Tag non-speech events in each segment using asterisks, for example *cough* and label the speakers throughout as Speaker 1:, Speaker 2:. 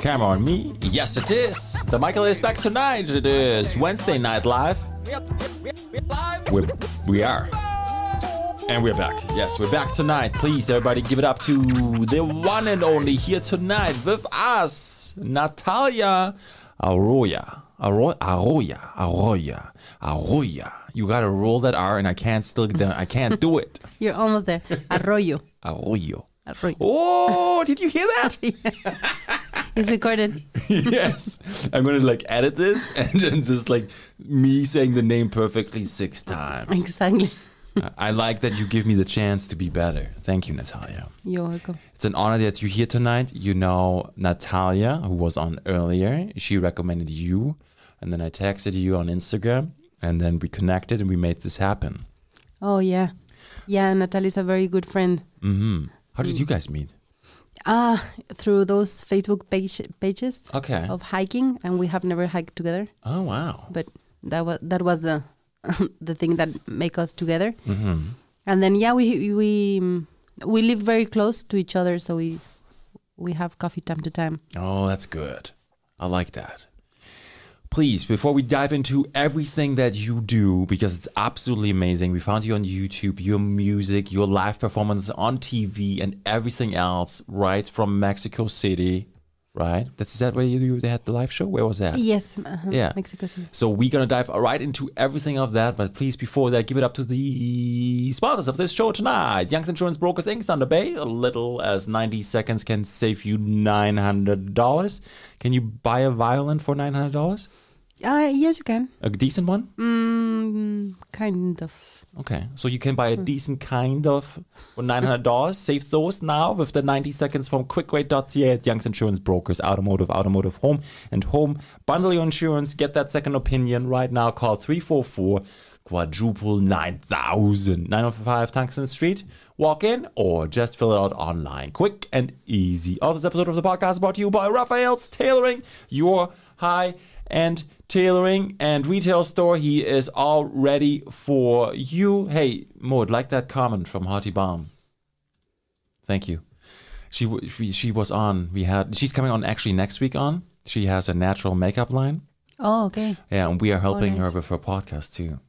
Speaker 1: Camera on me? Yes, it is. The Michael is back tonight. It is Wednesday Night Live. We're, we are. And we're back. Yes, we're back tonight. Please, everybody, give it up to the one and only here tonight with us, Natalia Arroya. Arro- Arroya. Arroya. Arroya. You gotta roll that R, and I can't still. get the- I can't do it.
Speaker 2: You're
Speaker 1: *laughs*
Speaker 2: almost there. Arroyo.
Speaker 1: Arroyo.
Speaker 2: Arroyo.
Speaker 1: Oh, did you hear that?
Speaker 2: *laughs* It's recorded.
Speaker 1: *laughs* yes. I'm gonna like edit this *laughs* and then just like me saying the name perfectly six
Speaker 2: *laughs*
Speaker 1: times.
Speaker 2: Exactly.
Speaker 1: I- I like that you give me the chance to be better. Thank you, Natalia.
Speaker 2: You're welcome.
Speaker 1: It's an honor that you're here tonight. You know Natalia, who was on earlier, she recommended you. And then I texted you on Instagram. And then we connected and we made this happen.
Speaker 2: Oh, yeah. Yeah, Natalie's a very good friend.
Speaker 1: hmm How did you guys meet?
Speaker 2: Ah, through those Facebook page, pages
Speaker 1: Okay.
Speaker 2: of hiking, and we have never hiked together,
Speaker 1: Oh, wow.
Speaker 2: but that was that was the *laughs* the thing that make us together.
Speaker 1: hmm
Speaker 2: And then yeah, we we um, we live very close to each other, so we we have coffee time to time.
Speaker 1: Oh, that's good. I like that. Please, before we dive into everything that you do, because it's absolutely amazing, we found you on YouTube, your music, your live performance on TV, and everything else, right? From Mexico City, right? That's is that where you, you had the live show? Where was that?
Speaker 2: Yes. uh-huh,
Speaker 1: Yeah.
Speaker 2: Mexico City.
Speaker 1: So we're gonna dive right into everything of that, but please before that, give it up to the sponsors of this show tonight: Young's Insurance Brokers Inc. Thunder Bay. A little as ninety seconds can save you nine hundred dollars. Can you buy a violin for nine hundred dollars?
Speaker 2: Uh, yes, you can.
Speaker 1: A decent one?
Speaker 2: Mm, kind of.
Speaker 1: Okay, so you can buy a decent kind of for nine hundred dollars. Save those now with the ninety seconds from QuickRate.ca at Young's Insurance Brokers, Automotive, Automotive, Home, and Home. Bundle your insurance, get that second opinion right now. Call 344 quadruple 9000 905 Tungsten Street. Walk in or just fill it out online. Quick and easy. Also, this episode of the podcast brought to you by Raphael's Tailoring. Your high and tailoring and retail store. He is all ready for you. Hey, Maud, like that comment from Hearty Balm. Thank you. She, w- she she was on. We had she's coming on actually next week. On she has a natural makeup line.
Speaker 2: Oh, okay.
Speaker 1: Yeah, and we are helping
Speaker 2: nice.
Speaker 1: her with her podcast too.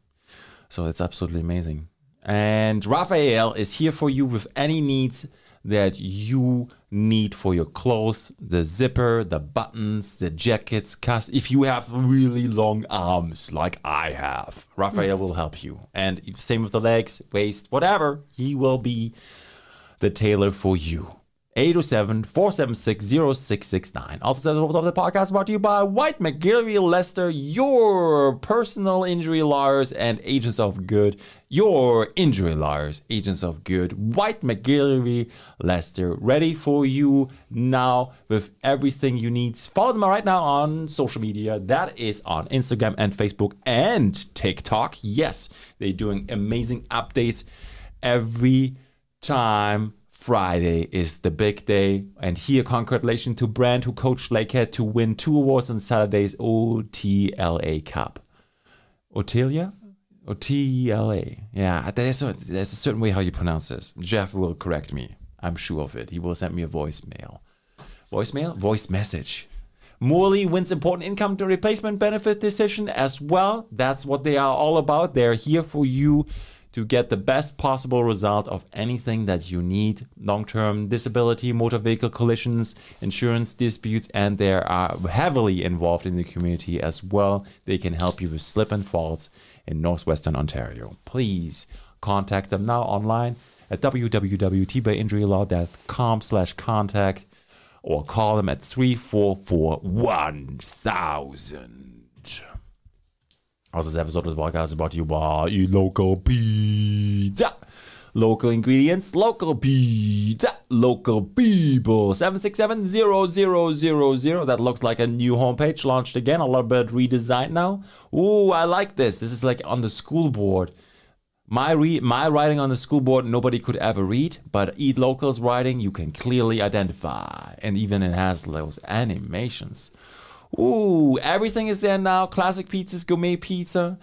Speaker 1: So it's absolutely amazing. And Raphael is here for you with any needs that you need for your clothes the zipper, the buttons, the jackets. Cast. If you have really long arms like I have,
Speaker 2: Mm.
Speaker 1: Raphael will help you. And if- same with the legs, waist, whatever. He will be the tailor for you. 807-476-0669. Also, the of the podcast brought to you by White McGillivray Lester, your personal injury lawyers and agents of good. Your injury lawyers, agents of good. White McGillivray Lester, ready for you now with everything you need. Follow them right now on social media. That is on Instagram and Facebook and TikTok. Yes, they're doing amazing updates every time Friday is the big day. And here, congratulations to Brand, who coached Lakehead to win two awards on Saturday's OTLA Cup. Otelia? OTLA. Yeah, there's a, there's a certain way how you pronounce this. Jeff will correct me. I'm sure of it. He will send me a voicemail. Voicemail? Voice message. Morley wins important income to replacement benefit decision as well. That's what they are all about. They're here for you to get the best possible result of anything that you need long term disability, motor vehicle collisions, insurance disputes, and they are heavily involved in the community as well. They can help you with slip and falls in northwestern Ontario. Please contact them now online at www.tbayinjurylaw.com slash contact or call them at 344 1000. Also, this episode of the podcast is brought to you by Eat Local Pizza. Local ingredients, local pizza, local people. 767-0000. That looks like a new homepage launched again, a little bit redesigned now. Ooh, I like this. This is like on the school board. My re- my writing on the school board nobody could ever read, but Eat Local's writing you can clearly identify, and even it has those animations. Ooh, everything is there now. Classic pizzas, gourmet pizza.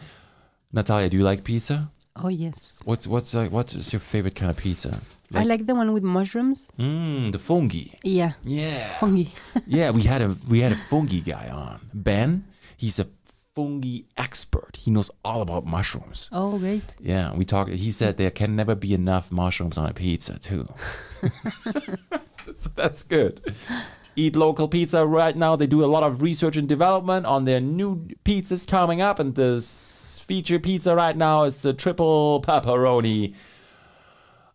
Speaker 1: Natalia, do you like pizza?
Speaker 2: Oh, yes.
Speaker 1: What's what's uh, what is your favorite kind of pizza?
Speaker 2: I like the one with mushrooms.
Speaker 1: Mm, the fungi.
Speaker 2: Yeah.
Speaker 1: Yeah.
Speaker 2: Fungi.
Speaker 1: yeah, we had a we had a fungi guy on. Ben, he's a fungi expert. He knows all about mushrooms.
Speaker 2: Oh, great.
Speaker 1: Yeah, we talked he said there can never be enough mushrooms on a pizza *laughs* too. that's, that's good. Eat local pizza right now. They do a lot of research and development on their new pizzas coming up, and this feature pizza right now is the triple pepperoni.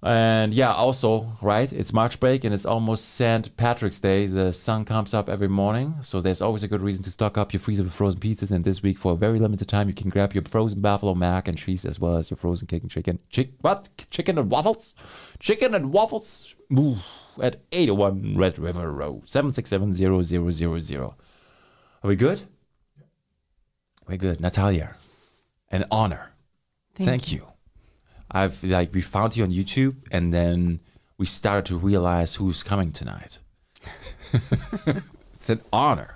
Speaker 1: And yeah, also, right? It's March break and it's almost St. Patrick's Day. The sun comes up every morning, so there's always a good reason to stock up your freezer with frozen pizzas. And this week, for a very limited time, you can grab your frozen buffalo mac and cheese as well as your frozen cake and chicken. Chick what? Chicken and waffles? Chicken and waffles? Ooh, at 801 Red River Road, 7670000. Are we good? We're good. Natalia, an honor. Thank, you. I've like we found you on YouTube, and then we started to realize who's coming tonight. it's an honor.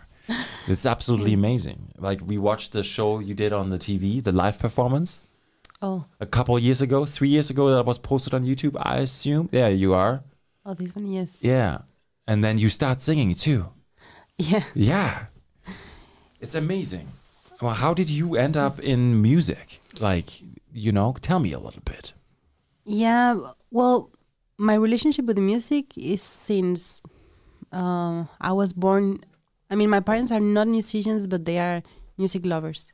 Speaker 1: It's absolutely amazing. Like we watched the show you did on the TV, the live performance
Speaker 2: Oh,
Speaker 1: a couple years ago, three years ago that was posted on YouTube. I assume. Yeah, you are.
Speaker 2: oh, this one, yes.
Speaker 1: Yeah, and then you start singing too.
Speaker 2: Yeah.
Speaker 1: Yeah, it's amazing. Well, how did you end up in music? Like, you know, tell me a little bit.
Speaker 2: Yeah, w- well, my relationship with the music is since uh, I was born. I mean, my parents are not musicians, but they are music lovers.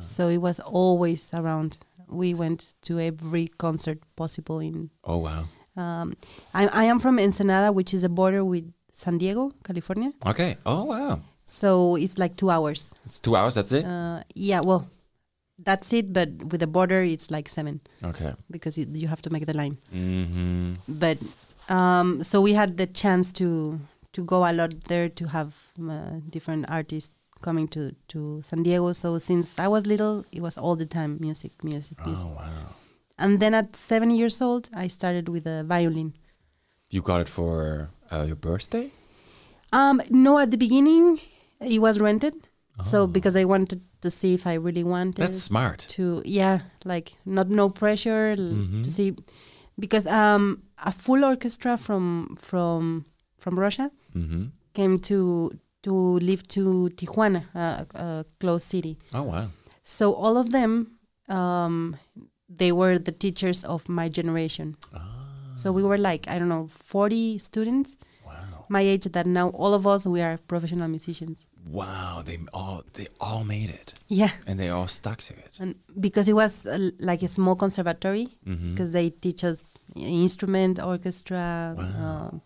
Speaker 2: So it was always around. We went to every concert possible. In
Speaker 1: Oh wow.
Speaker 2: um, I, I am from Ensenada, which is a border with San Diego, California.
Speaker 1: Okay. Oh wow.
Speaker 2: So it's like two hours.
Speaker 1: It's two hours. That's it.
Speaker 2: Uh, yeah, well, that's it. But with the border, it's like seven
Speaker 1: okay.
Speaker 2: because you, you have to make the line.
Speaker 1: Mm-hmm.
Speaker 2: but um, so we had the chance to to go a lot there to have um, uh, different artists coming to to San Diego. So since I was little, it was all the time music, music, music.
Speaker 1: Oh wow.
Speaker 2: And then at seven years old, I started with a violin.
Speaker 1: You got it for uh, your birthday.
Speaker 2: Um, no, at the beginning, it was rented. So because I wanted to see if I really wanted.
Speaker 1: Ah. That's smart.
Speaker 2: to yeah like not no pressure l- to see because um a full orchestra from from from russia
Speaker 1: Mm-hmm.
Speaker 2: came to to live to tijuana a, a close city
Speaker 1: Oh wow.
Speaker 2: so all of them um they were the teachers of my generation so we were like i don't know 40 students
Speaker 1: Wow.
Speaker 2: my age that now all of us we are professional musicians *laughs*
Speaker 1: Wow. They all they all made it,
Speaker 2: yeah
Speaker 1: and they all stuck to it.
Speaker 2: and because it was uh, like a small conservatory because they teach us instrument orchestra um,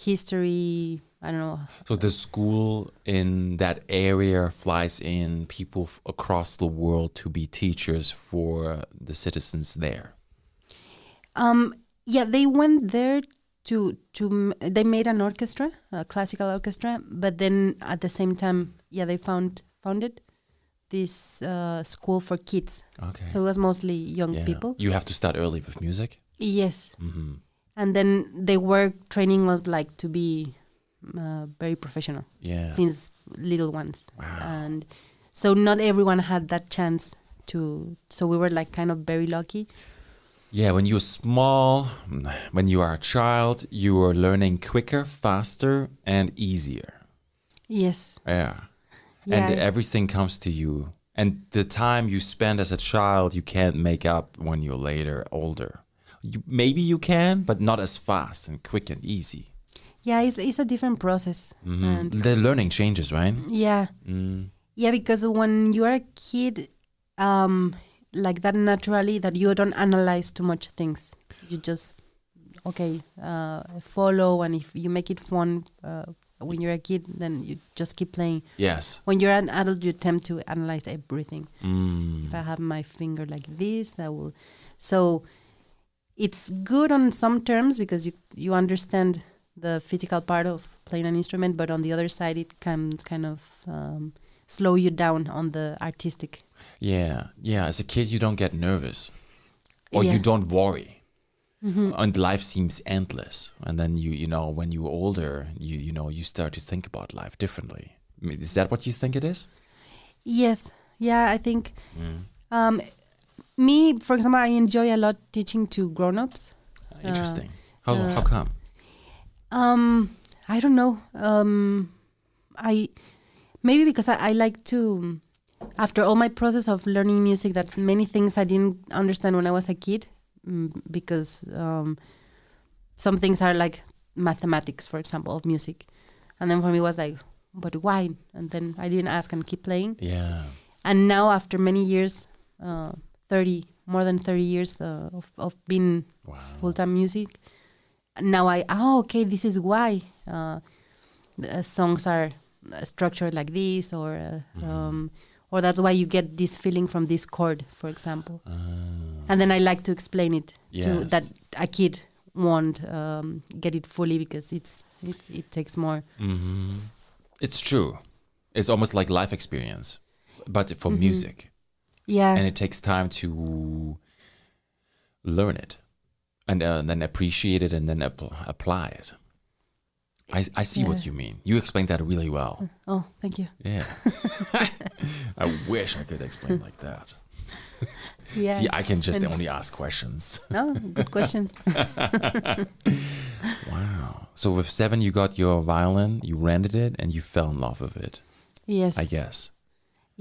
Speaker 2: history i don't know
Speaker 1: So the school in that area flies in people f- across the world to be teachers for the citizens there.
Speaker 2: um, yeah they went there to to m- they made an orchestra a classical orchestra but then at the same time yeah they found founded this uh, school for kids
Speaker 1: Okay.
Speaker 2: so it was mostly young people
Speaker 1: You have to start early with music.
Speaker 2: yes
Speaker 1: Mm-hmm.
Speaker 2: and then they were training us like to be uh, very professional
Speaker 1: Yeah.
Speaker 2: since little ones
Speaker 1: Wow.
Speaker 2: and so not everyone had that chance to so we were like kind of very lucky
Speaker 1: Yeah, when you're small, when you are a child, you are learning quicker, faster, and easier.
Speaker 2: yes
Speaker 1: Yeah.
Speaker 2: yeah
Speaker 1: And everything comes to you. And the time you spend as a child, you can't make up when you're later older. You, maybe you can, but not as fast and quick and easy. Mm.
Speaker 2: yeah it's, it's a different process
Speaker 1: Mm-hmm.
Speaker 2: and
Speaker 1: The learning changes, right?
Speaker 2: yeah
Speaker 1: Mm.
Speaker 2: yeah because when you are a kid um like that naturally that you don't analyze too much things you just okay uh follow and if you make it fun uh, when you're a kid then you just keep playing
Speaker 1: Yes.
Speaker 2: when you're an adult you tend to analyze everything
Speaker 1: Mm.
Speaker 2: if I have my finger like this, that will. So it's good on some terms because you you understand the physical part of playing an instrument, but on the other side, it can kind of um, slow you down on the artistic.
Speaker 1: Yeah. Yeah. As a kid, you don't get nervous or
Speaker 2: Yeah.
Speaker 1: you don't worry. And life seems endless. And then you, you know, when you're older, you, you know, you start to think about life differently. I mean, Is that what you think it is?
Speaker 2: Yes, yeah, I think. Um, me, for example, I enjoy a lot teaching to grown-ups.
Speaker 1: Interesting. How, how come?
Speaker 2: Um, I don't know. Um, I maybe because I, I like to. After all my process of learning music, that's many things I didn't understand when I was a kid, mm, because um, some things are like mathematics, for example, of music, and then for me it was like, but why? And then I didn't ask and keep playing.
Speaker 1: Yeah.
Speaker 2: And now, after many years, uh, thirty more than thirty years uh, of of being
Speaker 1: Wow.
Speaker 2: full time music. Now I oh okay this is why uh, the, uh, songs are uh, structured like this or uh,
Speaker 1: Mm-hmm.
Speaker 2: um, or that's why you get this feeling from this chord for example.
Speaker 1: uh,
Speaker 2: and then I like to explain it to
Speaker 1: Uh-huh. Yes.
Speaker 2: that a kid won't um, get it fully because it's it, it takes more.
Speaker 1: mm-hmm. It's true. It's almost like life experience, but for music.
Speaker 2: Yeah.
Speaker 1: And it takes time to learn it and, uh, then appreciate it and then appl apply it. I, I see what you mean. You explained that really well.
Speaker 2: oh, thank you.
Speaker 1: Yeah.
Speaker 2: *laughs*
Speaker 1: *laughs* I wish I could explain like that.
Speaker 2: Yeah.
Speaker 1: See, I can just only ask
Speaker 2: *laughs*
Speaker 1: questions. *laughs*
Speaker 2: no, good questions.
Speaker 1: Wow. So with seven, you got your violin, you rented it, and you fell in love with it.
Speaker 2: yes.
Speaker 1: I guess.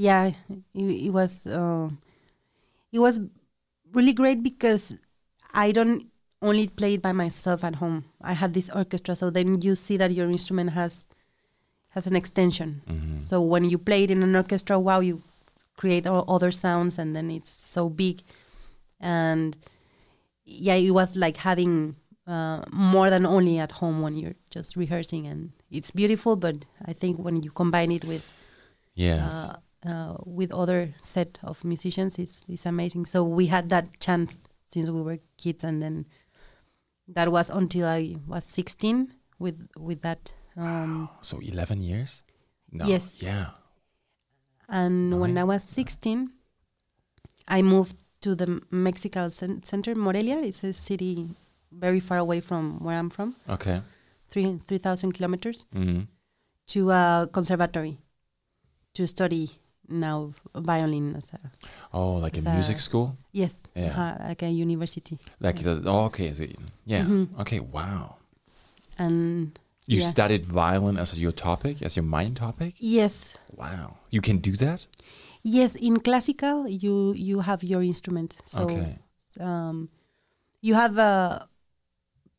Speaker 2: yeah it, it was um it was really great because i don't only play it by myself at home i had this orchestra so then you see that your instrument has has an extension
Speaker 1: Mm. Mm-hmm.
Speaker 2: so when you play it in an orchestra wow you create all other sounds and then it's so big and yeah it was like having uh, more than only at home when you're just rehearsing and it's beautiful but i think when you combine it with
Speaker 1: Yes.
Speaker 2: uh, uh, with other set of musicians it's it's amazing. So we had that chance since we were kids, and then that was until I was sixteen with with that. Um,
Speaker 1: so 11 years? No.
Speaker 2: Yes.
Speaker 1: Yeah.
Speaker 2: and when
Speaker 1: Nice.
Speaker 2: I was sixteen, I moved to the Mexican cen- center, Morelia. It's a city very far away from where I'm from,
Speaker 1: Okay.
Speaker 2: three three thousand kilometers,
Speaker 1: hmm
Speaker 2: to a conservatory to study now violin as a
Speaker 1: Oh, like
Speaker 2: It's
Speaker 1: a music
Speaker 2: a-
Speaker 1: school?
Speaker 2: Yes,
Speaker 1: Yeah.
Speaker 2: uh, like a university.
Speaker 1: Like, the, oh, okay. So, yeah. Okay. Wow.
Speaker 2: And
Speaker 1: You
Speaker 2: Mm-hmm. Yeah.
Speaker 1: studied violin as your topic, as your mind topic?
Speaker 2: yes,
Speaker 1: Wow. You can do that?
Speaker 2: yes, in classical you you have your instrument. So
Speaker 1: okay.
Speaker 2: um, you have a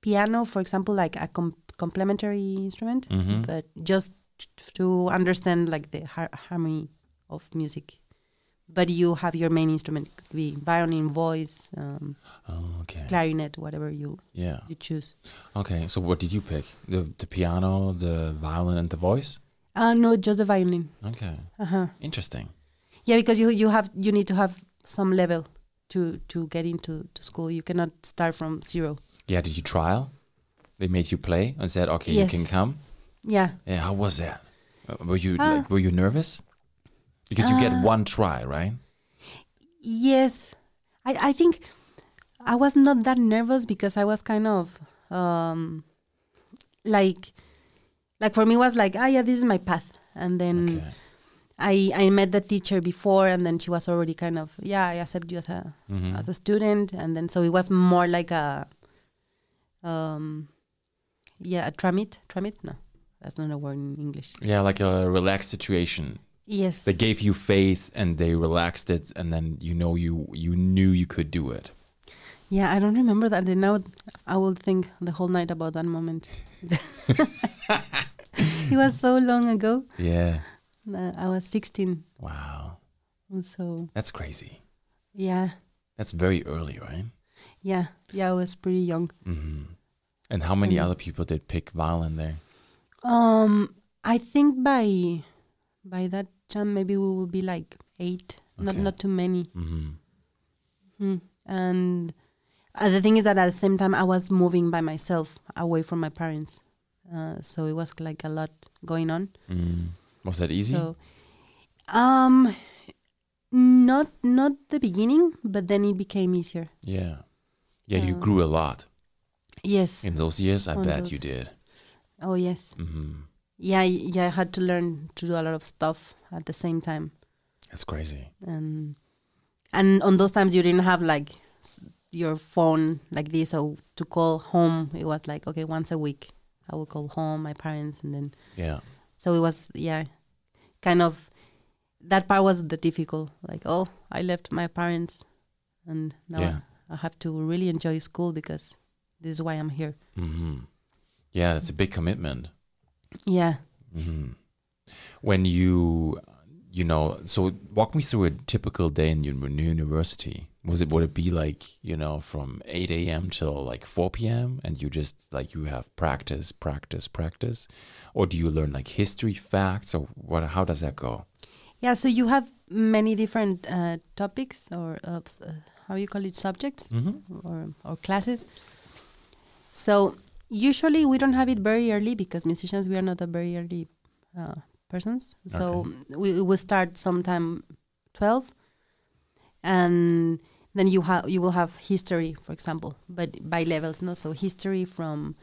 Speaker 2: piano, for example, like a com- complementary instrument,
Speaker 1: Mhm.
Speaker 2: but just t- to understand like the har- harmony of music. But you have your main instrument, could be violin, voice, um,
Speaker 1: Oh, okay.
Speaker 2: clarinet, whatever you,
Speaker 1: Yeah.
Speaker 2: you choose.
Speaker 1: Okay. So what did you pick? The, the piano, the violin, and the voice?
Speaker 2: Uh, no, just the violin.
Speaker 1: Okay.
Speaker 2: Uh huh.
Speaker 1: Interesting.
Speaker 2: Yeah, because you you have you need to have some level to to get into to school. You cannot start from zero.
Speaker 1: Yeah, did you trial? They made you play and said, "Okay,
Speaker 2: Yes.
Speaker 1: you can come."
Speaker 2: Yeah.
Speaker 1: Yeah, how was that? Uh, Were you
Speaker 2: Ah.
Speaker 1: like were you nervous? Because you
Speaker 2: uh,
Speaker 1: get one try, right?
Speaker 2: Yes. I I think I was not that nervous because I was kind of um like like for me it was like ah yeah this is my path and then
Speaker 1: Okay.
Speaker 2: I, I met the teacher before and then she was already kind of yeah i accept you as a
Speaker 1: Mm-hmm. Mm.
Speaker 2: as a student and then so it was more like a um yeah a tramit tramit no that's not a word in english
Speaker 1: Yeah, like a relaxed situation.
Speaker 2: yes
Speaker 1: They gave you faith and they relaxed it and then you know you you knew you could do it.
Speaker 2: yeah i don't remember that and now i will think the whole night about that moment it was so long ago
Speaker 1: Yeah.
Speaker 2: uh, i was 16
Speaker 1: Wow.
Speaker 2: and so
Speaker 1: That's crazy.
Speaker 2: yeah
Speaker 1: That's very early, right?
Speaker 2: yeah yeah i was pretty young
Speaker 1: Mhm. And how
Speaker 2: Mm.
Speaker 1: many other people did pick violin there?
Speaker 2: Um, I think by by that time maybe we will be like eight. Not
Speaker 1: Okay.
Speaker 2: not too many.
Speaker 1: Mhm.
Speaker 2: Mm. And uh, the thing is that at the same time I was moving by myself away from my parents, uh, so it was like a lot going on.
Speaker 1: Mm. Was that easy?
Speaker 2: So, um, not not the beginning, but then it became easier.
Speaker 1: yeah. Yeah, you
Speaker 2: Uh,
Speaker 1: grew a lot
Speaker 2: Yes.
Speaker 1: in those years. I
Speaker 2: on
Speaker 1: bet
Speaker 2: those-
Speaker 1: you did.
Speaker 2: Oh yes.
Speaker 1: hmm
Speaker 2: Yeah. I- Yeah. I had to learn to do a lot of stuff at the same time.
Speaker 1: That's crazy.
Speaker 2: and and on those times you didn't have like s- your phone like this. So to call home, it was like okay, once a week I would call home, my parents, and then
Speaker 1: Yeah.
Speaker 2: so it was yeah, kind of that part was the difficult. Like oh, I left my parents, and now
Speaker 1: Yeah.
Speaker 2: I have to really enjoy school because this is why I'm here.
Speaker 1: hmm Yeah, that's a big commitment.
Speaker 2: Yeah.
Speaker 1: hmm When you, you know, so walk me through a typical day in your new university. Was it would it be like you know from eight a.m. till like four p.m. and you just like you have practice, practice, practice, or do you learn like history facts or what? How does that go?
Speaker 2: Yeah, so you have many different uh, topics or uh, s- uh, how you call it subjects
Speaker 1: Mm-hmm.
Speaker 2: or, or classes. So usually we don't have it very early because musicians we are not a very early uh, persons. So we will start sometime twelve, and then you have you will have history, for example, but by levels, no. So history from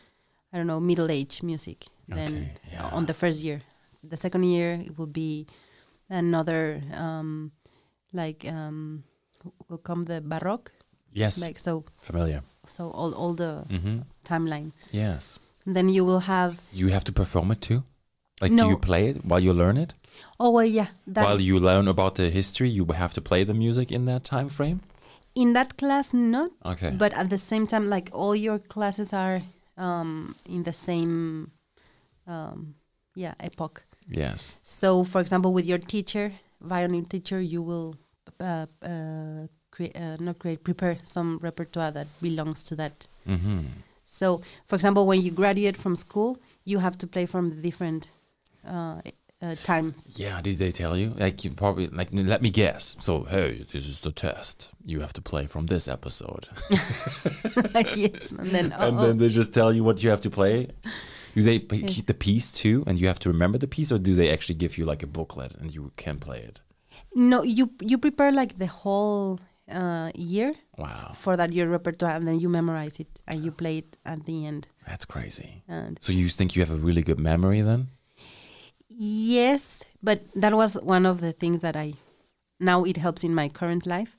Speaker 2: I don't know middle age music, then
Speaker 1: Okay, yeah.
Speaker 2: on the first year. The second year it will be another um, like um, will come the baroque,
Speaker 1: Yes,
Speaker 2: like so
Speaker 1: familiar.
Speaker 2: so all all the
Speaker 1: Mm-hmm.
Speaker 2: timeline.
Speaker 1: Yes,
Speaker 2: And then you will have
Speaker 1: you have to perform it too. Like, do
Speaker 2: No.
Speaker 1: you play it while you learn it?
Speaker 2: oh well yeah that
Speaker 1: while you learn about the history, you have to play the music in that time frame.
Speaker 2: in that class not,
Speaker 1: Okay.
Speaker 2: but at the same time like all your classes are um, in the same um, yeah epoch.
Speaker 1: yes.
Speaker 2: So for example, with your teacher, violin teacher, you will uh, uh, create uh, not create prepare some repertoire that belongs to that
Speaker 1: Mm-hmm.
Speaker 2: So, for example, when you graduate from school, you have to play from the different uh, uh, time. *laughs*
Speaker 1: Yeah. Did they tell you? Like, you probably like. Let me guess. So, hey, this is the test. You have to play from this episode,
Speaker 2: yes, and then,
Speaker 1: *laughs*
Speaker 2: oh,
Speaker 1: and
Speaker 2: oh.
Speaker 1: then they just tell you what you have to play. Do they p- keep the piece too, and you have to remember the piece, or do they actually give you like a booklet and you can play it?
Speaker 2: no, you you prepare like the whole uh, year
Speaker 1: Wow,
Speaker 2: for that your repertoire, and then you memorize it and you play it at the end.
Speaker 1: that's crazy.
Speaker 2: And
Speaker 1: So you think you have a really good memory then?
Speaker 2: yes, but that was one of the things that I now it helps in my current life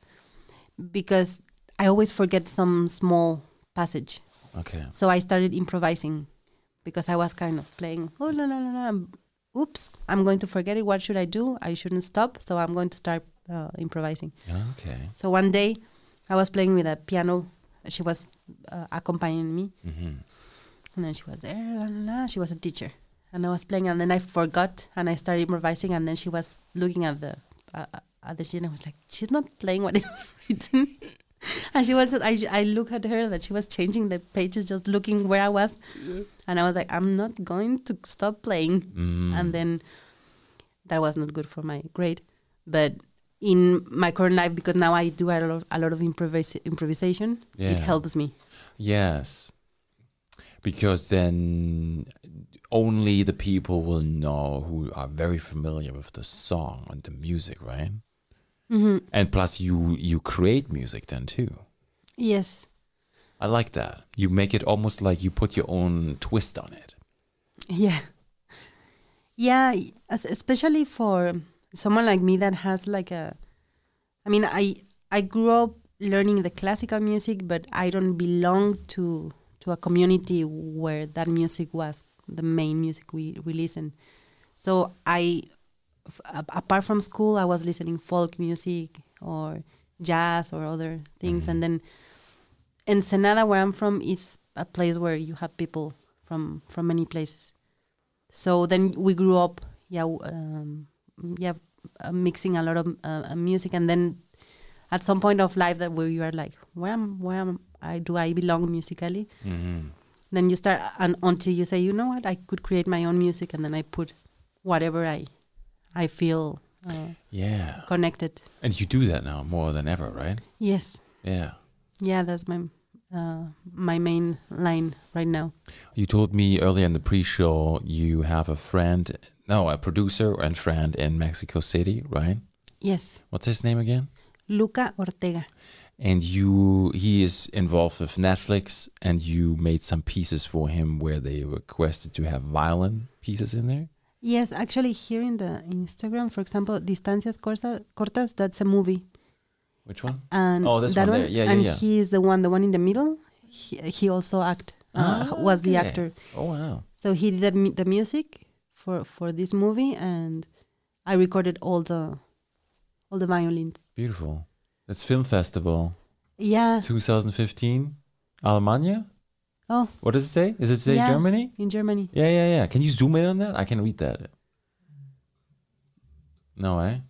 Speaker 2: because I always forget some small passage.
Speaker 1: Okay.
Speaker 2: So I started improvising because I was kind of playing. Oh no no no no! I'm- Oops! I'm going to forget it. What should I do? I shouldn't stop. So I'm going to start uh, improvising.
Speaker 1: Okay.
Speaker 2: So one day, I was playing with a piano. She was uh, accompanying me,
Speaker 1: Mm-hmm.
Speaker 2: and then she was there. La, la, la. She was a teacher, and I was playing. And then I forgot, and I started improvising. And then she was looking at the uh, uh, at the sheet, and I was like, "She's not playing what *laughs* is written." and she was. I I look at her that she was changing the pages, just looking where I was, and I was like, "I'm not going to stop playing."
Speaker 1: Mm.
Speaker 2: And then that was not good for my grade, but. In my current life, because now I do a lot of, a lot of improvis- improvisation,
Speaker 1: Yeah.
Speaker 2: it helps me.
Speaker 1: Yes. Because then only the people will know who are very familiar with the song and the music, right? Mm-hmm. And plus, you you create music then too.
Speaker 2: Yes,
Speaker 1: I like that. You make it almost like you put your own twist on it.
Speaker 2: Yeah. Yeah, y- as, especially for someone like me that has like a I mean, I I grew up learning the classical music, but I don't belong to to a community where that music was the main music we we listen. So I f- a- apart from school, I was listening folk music or jazz or other things and then Ensenada, where I'm from, is a place where you have people from from many places. So then we grew up, yeah, w- um, yeah, uh, mixing a lot of uh, uh, music, and then at some point of life that where you are like, where am where am I? Do I belong musically?
Speaker 1: Mm-hmm.
Speaker 2: Then you start uh, and until you say, you know what, I could create my own music, and then I put whatever I I feel uh,
Speaker 1: Yeah.
Speaker 2: connected.
Speaker 1: And you do that now more than ever, right?
Speaker 2: Yes,
Speaker 1: Yeah.
Speaker 2: yeah, that's my uh, my main line right now.
Speaker 1: You told me earlier in the pre-show you have a friend, no, a producer and friend in Mexico City, right?
Speaker 2: Yes.
Speaker 1: What's his name again?
Speaker 2: Luca Ortega.
Speaker 1: and you he is involved with Netflix and you made some pieces for him where they requested to have violin pieces in there.
Speaker 2: Yes, actually, here in the Instagram, for example, Distancias Corta- Cortas, that's a movie.
Speaker 1: Which one?
Speaker 2: and
Speaker 1: Oh, this
Speaker 2: that
Speaker 1: one there. Yeah, yeah,
Speaker 2: and
Speaker 1: yeah.
Speaker 2: he is the one, the one in the middle. He, he also act uh,
Speaker 1: Ah,
Speaker 2: was the
Speaker 1: okay.
Speaker 2: actor.
Speaker 1: Oh wow.
Speaker 2: So he did the, mu- the music for for this movie, and I recorded all the all the violins.
Speaker 1: Beautiful. That's film festival
Speaker 2: Yeah,
Speaker 1: 2015, Alemania.
Speaker 2: Oh.
Speaker 1: What does it say? Is it say
Speaker 2: Yeah.
Speaker 1: Germany?
Speaker 2: in Germany.
Speaker 1: Yeah, yeah, yeah. Can you zoom in on that? I can read that. No eh? way.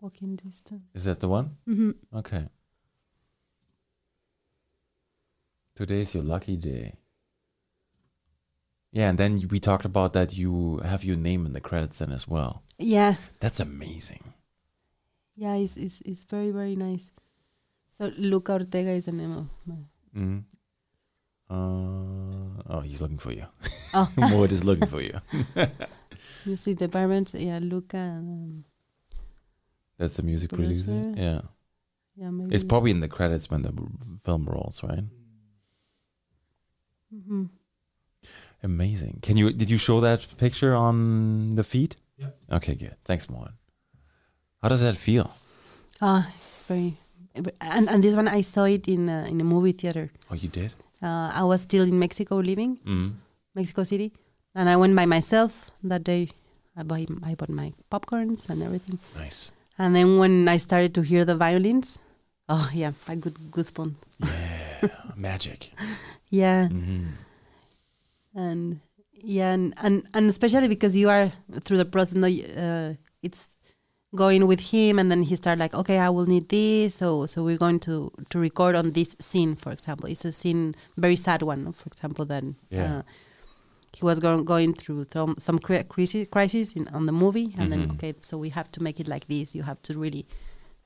Speaker 2: Walking distance.
Speaker 1: Is that the one?
Speaker 2: hmm
Speaker 1: Okay. Today's your lucky day. Yeah, and then we talked about that you have your name in the credits then as well.
Speaker 2: Yeah,
Speaker 1: That's amazing.
Speaker 2: yeah, it's, it's it's very very nice. So Luca Ortega is the name of my.
Speaker 1: Mm. Uh, oh, he's looking *laughs* for you.
Speaker 2: Oh. *laughs*
Speaker 1: Mood is looking for you.
Speaker 2: music department. Yeah, Luca. Um,
Speaker 1: That's the music producer.
Speaker 2: Producer.
Speaker 1: Yeah.
Speaker 2: yeah, maybe.
Speaker 1: It's probably in the credits when the film rolls, right?
Speaker 2: Mhm.
Speaker 1: Amazing. Can you did you show that picture on the feed?
Speaker 3: Yeah.
Speaker 1: Okay, good. Thanks, Mohan. How does that feel?
Speaker 2: Ah, it's very. And, and this one I saw it in uh, in a movie theater.
Speaker 1: Oh, you did?
Speaker 2: Uh, I was still in Mexico living,
Speaker 1: Mm.
Speaker 2: Mexico City, and I went by myself that day. I buy I bought my popcorns and everything.
Speaker 1: Nice.
Speaker 2: And then when I started to hear the violins, oh yeah, I got goosebumps.
Speaker 1: Magic.
Speaker 2: Yeah,
Speaker 1: hmm
Speaker 2: and yeah, and, and and especially because you are through the process. no, y- Uh, it's going with him, and then he started like, okay, I will need this, so so we're going to to record on this scene, for example. It's a scene, very sad one, for example. Then
Speaker 1: Yeah.
Speaker 2: uh, he was going going through some some cri- crisis crisis in, on the movie, and then
Speaker 1: Mhm.
Speaker 2: okay, so we have to make it like this. You have to really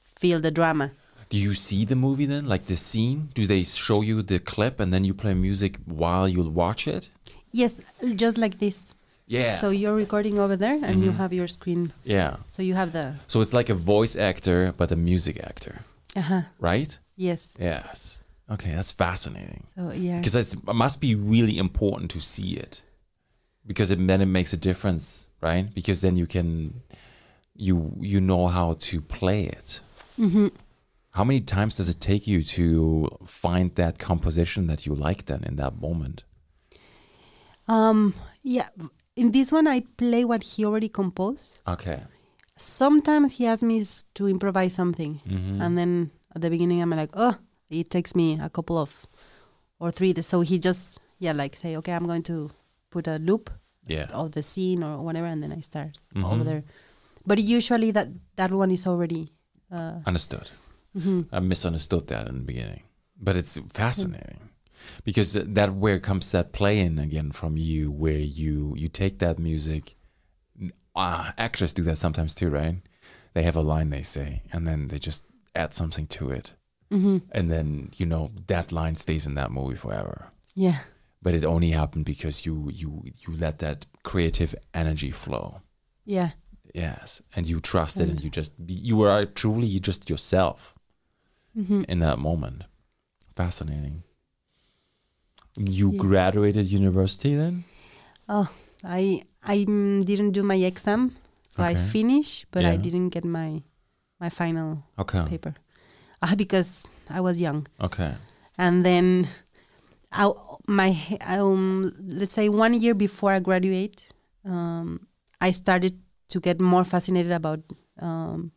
Speaker 2: feel the drama.
Speaker 1: Do you see the movie then? Like the scene? Do they show you the clip and then you play music while you watch it?
Speaker 2: Yes, just like this.
Speaker 1: Yeah. Mm-hmm.
Speaker 2: So you're recording over there, and you have your screen.
Speaker 1: yeah.
Speaker 2: So you have the
Speaker 1: So it's like a voice actor but a music actor,
Speaker 2: uh huh.
Speaker 1: right?
Speaker 2: Yes.
Speaker 1: Yes. Okay, that's fascinating.
Speaker 2: So yeah.
Speaker 1: because it's- it must be really important to see it because it, then it makes a difference right because then you can you you know how to play it how many times does it take you to find that composition that you like then in that moment
Speaker 2: Um. Yeah. In this one, I play what he already composed.
Speaker 1: okay
Speaker 2: Sometimes he asks me s- to improvise something,
Speaker 1: Mm-hmm.
Speaker 2: and then at the beginning, I'm like, oh, it takes me a couple of or three. days. So he just yeah, like say, okay, I'm going to put a loop
Speaker 1: yeah
Speaker 2: of the scene or whatever, and then I start
Speaker 1: Mm-hmm.
Speaker 2: over there. But usually that that one is already. Uh,
Speaker 1: understood i misunderstood that in the beginning but it's fascinating because that where comes that play in again from you where you you take that music uh, actors do that sometimes too right they have a line they say and then they just add something to it
Speaker 2: mm-hmm,
Speaker 1: and then you know that line stays in that movie forever
Speaker 2: yeah.
Speaker 1: but it only happened because you you you let that creative energy flow
Speaker 2: Yeah.
Speaker 1: Yes, and you trust it, and you just be, you are truly just yourself
Speaker 2: mm-hmm.
Speaker 1: in that moment. Fascinating. You
Speaker 2: Yeah.
Speaker 1: graduated university then?
Speaker 2: Oh, I I mm, didn't do my exam, so I
Speaker 1: Okay.
Speaker 2: finished, but I
Speaker 1: Yeah.
Speaker 2: didn't get my my final
Speaker 1: Okay.
Speaker 2: paper ah, because I was young.
Speaker 1: Okay.
Speaker 2: And then, I, my he- um, let's say one year before I graduate, um, I started to get more fascinated about um,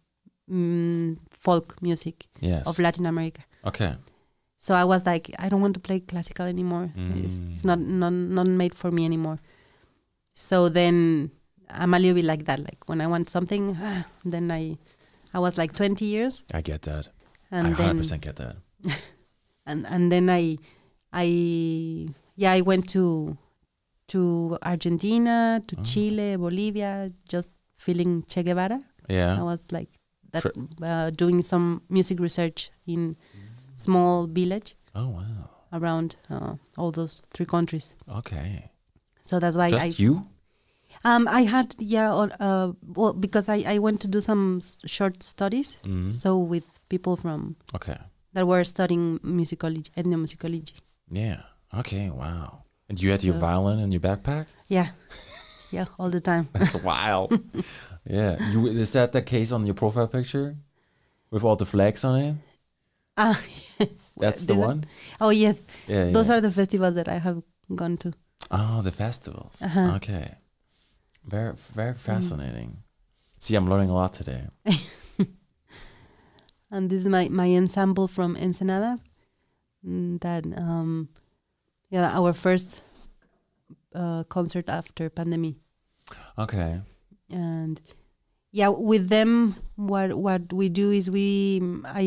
Speaker 2: mm, folk music
Speaker 1: Yes.
Speaker 2: of Latin America.
Speaker 1: Okay.
Speaker 2: So I was like, I don't want to play classical anymore. It's, it's not, not not made for me anymore. So then I'm a little bit like that. Like when I want something, *sighs* ah, then I I was like 20 years,
Speaker 1: I get that. I
Speaker 2: and then
Speaker 1: 100% get that.
Speaker 2: and and then I I yeah I went to to Argentina,
Speaker 1: Ah.
Speaker 2: to Chile, Bolivia, just feeling Che Guevara. I
Speaker 1: Yeah.
Speaker 2: was like that
Speaker 1: Ah. Sure.
Speaker 2: uh, doing some music research in small village
Speaker 1: Oh wow.
Speaker 2: around uh, all those three countries.
Speaker 1: Okay.
Speaker 2: So that's why
Speaker 1: just
Speaker 2: I
Speaker 1: you?
Speaker 2: um I had yeah or, uh, well because I I went to do some s- short studies
Speaker 1: Mm.
Speaker 2: so with people from
Speaker 1: Mm-hmm. Okay.
Speaker 2: that were studying musicology ethnomusicology.
Speaker 1: Yeah. Okay. Wow. And you had your violin in your backpack? *laughs*
Speaker 2: Yeah. Yeah, all the time.
Speaker 1: That's
Speaker 2: *laughs*
Speaker 1: wild. yeah. You, is that the case on your profile picture? With all the flags on it?
Speaker 2: Ah,
Speaker 1: That's the
Speaker 2: these are-
Speaker 1: one?
Speaker 2: oh, yes.
Speaker 1: Yeah,
Speaker 2: Those
Speaker 1: yeah.
Speaker 2: are the festivals that I have gone to.
Speaker 1: Oh, the festivals.
Speaker 2: Uh-huh. Mm.
Speaker 1: Okay. Very, very fascinating. See, I'm learning a lot today.
Speaker 2: And this is my, my ensemble from Ensenada. mm, That, um, yeah, our first uh, concert after pandemic.
Speaker 1: Okay.
Speaker 2: and yeah with them what what we do is we mm, i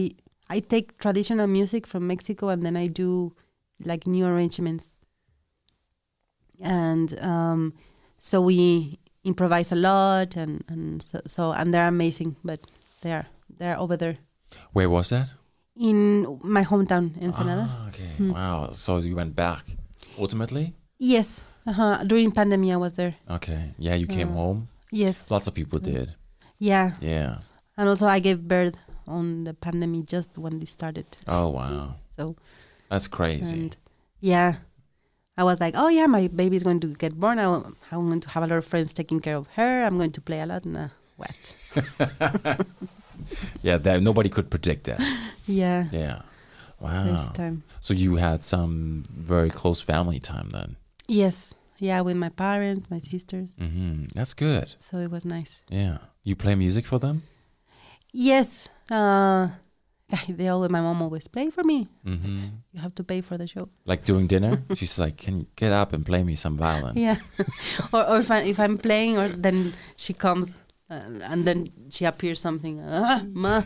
Speaker 2: i take traditional music from mexico and then i do like new arrangements and um so we improvise a lot and and so, so and they're amazing but they're they're over there
Speaker 1: Where was that?
Speaker 2: in Hmm. my hometown ensenada
Speaker 1: Ah, okay. Wow. So you went back ultimately?
Speaker 2: yes uh-huh. during pandemic i was there
Speaker 1: Okay. Yeah, you came
Speaker 2: Uh,
Speaker 1: home.
Speaker 2: yes
Speaker 1: Lots of people did.
Speaker 2: yeah
Speaker 1: Yeah.
Speaker 2: and also i gave birth on the pandemic just when this started
Speaker 1: Oh, wow.
Speaker 2: so
Speaker 1: That's crazy.
Speaker 2: And yeah, I was like, oh yeah, my baby's going to get born. I, am going to have a lot of friends taking care of her. I'm going to play a lot. Nah, what?
Speaker 1: yeah, that nobody could predict
Speaker 2: *laughs*
Speaker 1: that.
Speaker 2: Yeah,
Speaker 1: Yeah. Oh.
Speaker 2: crazy
Speaker 1: Wow.
Speaker 2: time.
Speaker 1: So you had some very close family time then.
Speaker 2: Yes, yeah, with my parents, my sisters.
Speaker 1: hmm That's good.
Speaker 2: So it was nice.
Speaker 1: Yeah. You play music for them?
Speaker 2: Yes, uh, *laughs* they always, my mom always play for me.
Speaker 1: hmm
Speaker 2: You have to pay for the show.
Speaker 1: Like during dinner? She's like, can you get up and play me some violin?
Speaker 2: Yeah, *laughs* or, or if, I, if I'm playing, or then she comes. Uh, and then she appears
Speaker 1: *laughs*
Speaker 2: something. *laughs* Ah, ma.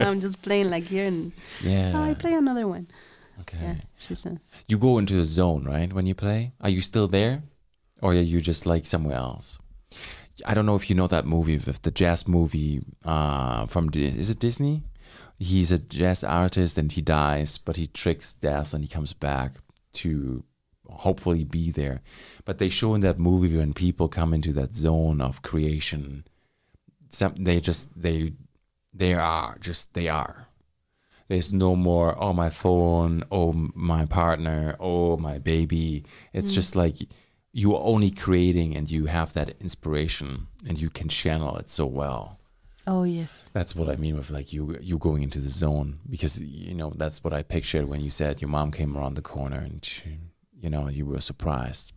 Speaker 2: I'm just playing like here, and
Speaker 1: Yeah.
Speaker 2: "Oh, I play another one.
Speaker 1: Okay.
Speaker 2: Yeah, she's a,
Speaker 1: You go into a zone, right? When you play, are you still there, or are you just like somewhere else? I don't know if you know that movie, with the jazz movie uh, from Di- is it Disney? He's a jazz artist and he dies, but he tricks death and he comes back to hopefully be there. But they show in that movie when people come into that zone of creation, some they just they they are just they are there's no more oh my phone oh m- my partner oh my baby it's
Speaker 2: Mm.
Speaker 1: just like you're only creating and you have that inspiration and you can channel it so well
Speaker 2: oh yes,
Speaker 1: that's what i mean with like you you going into the zone because you know that's what i pictured when you said your mom came around the corner and she, you know you were surprised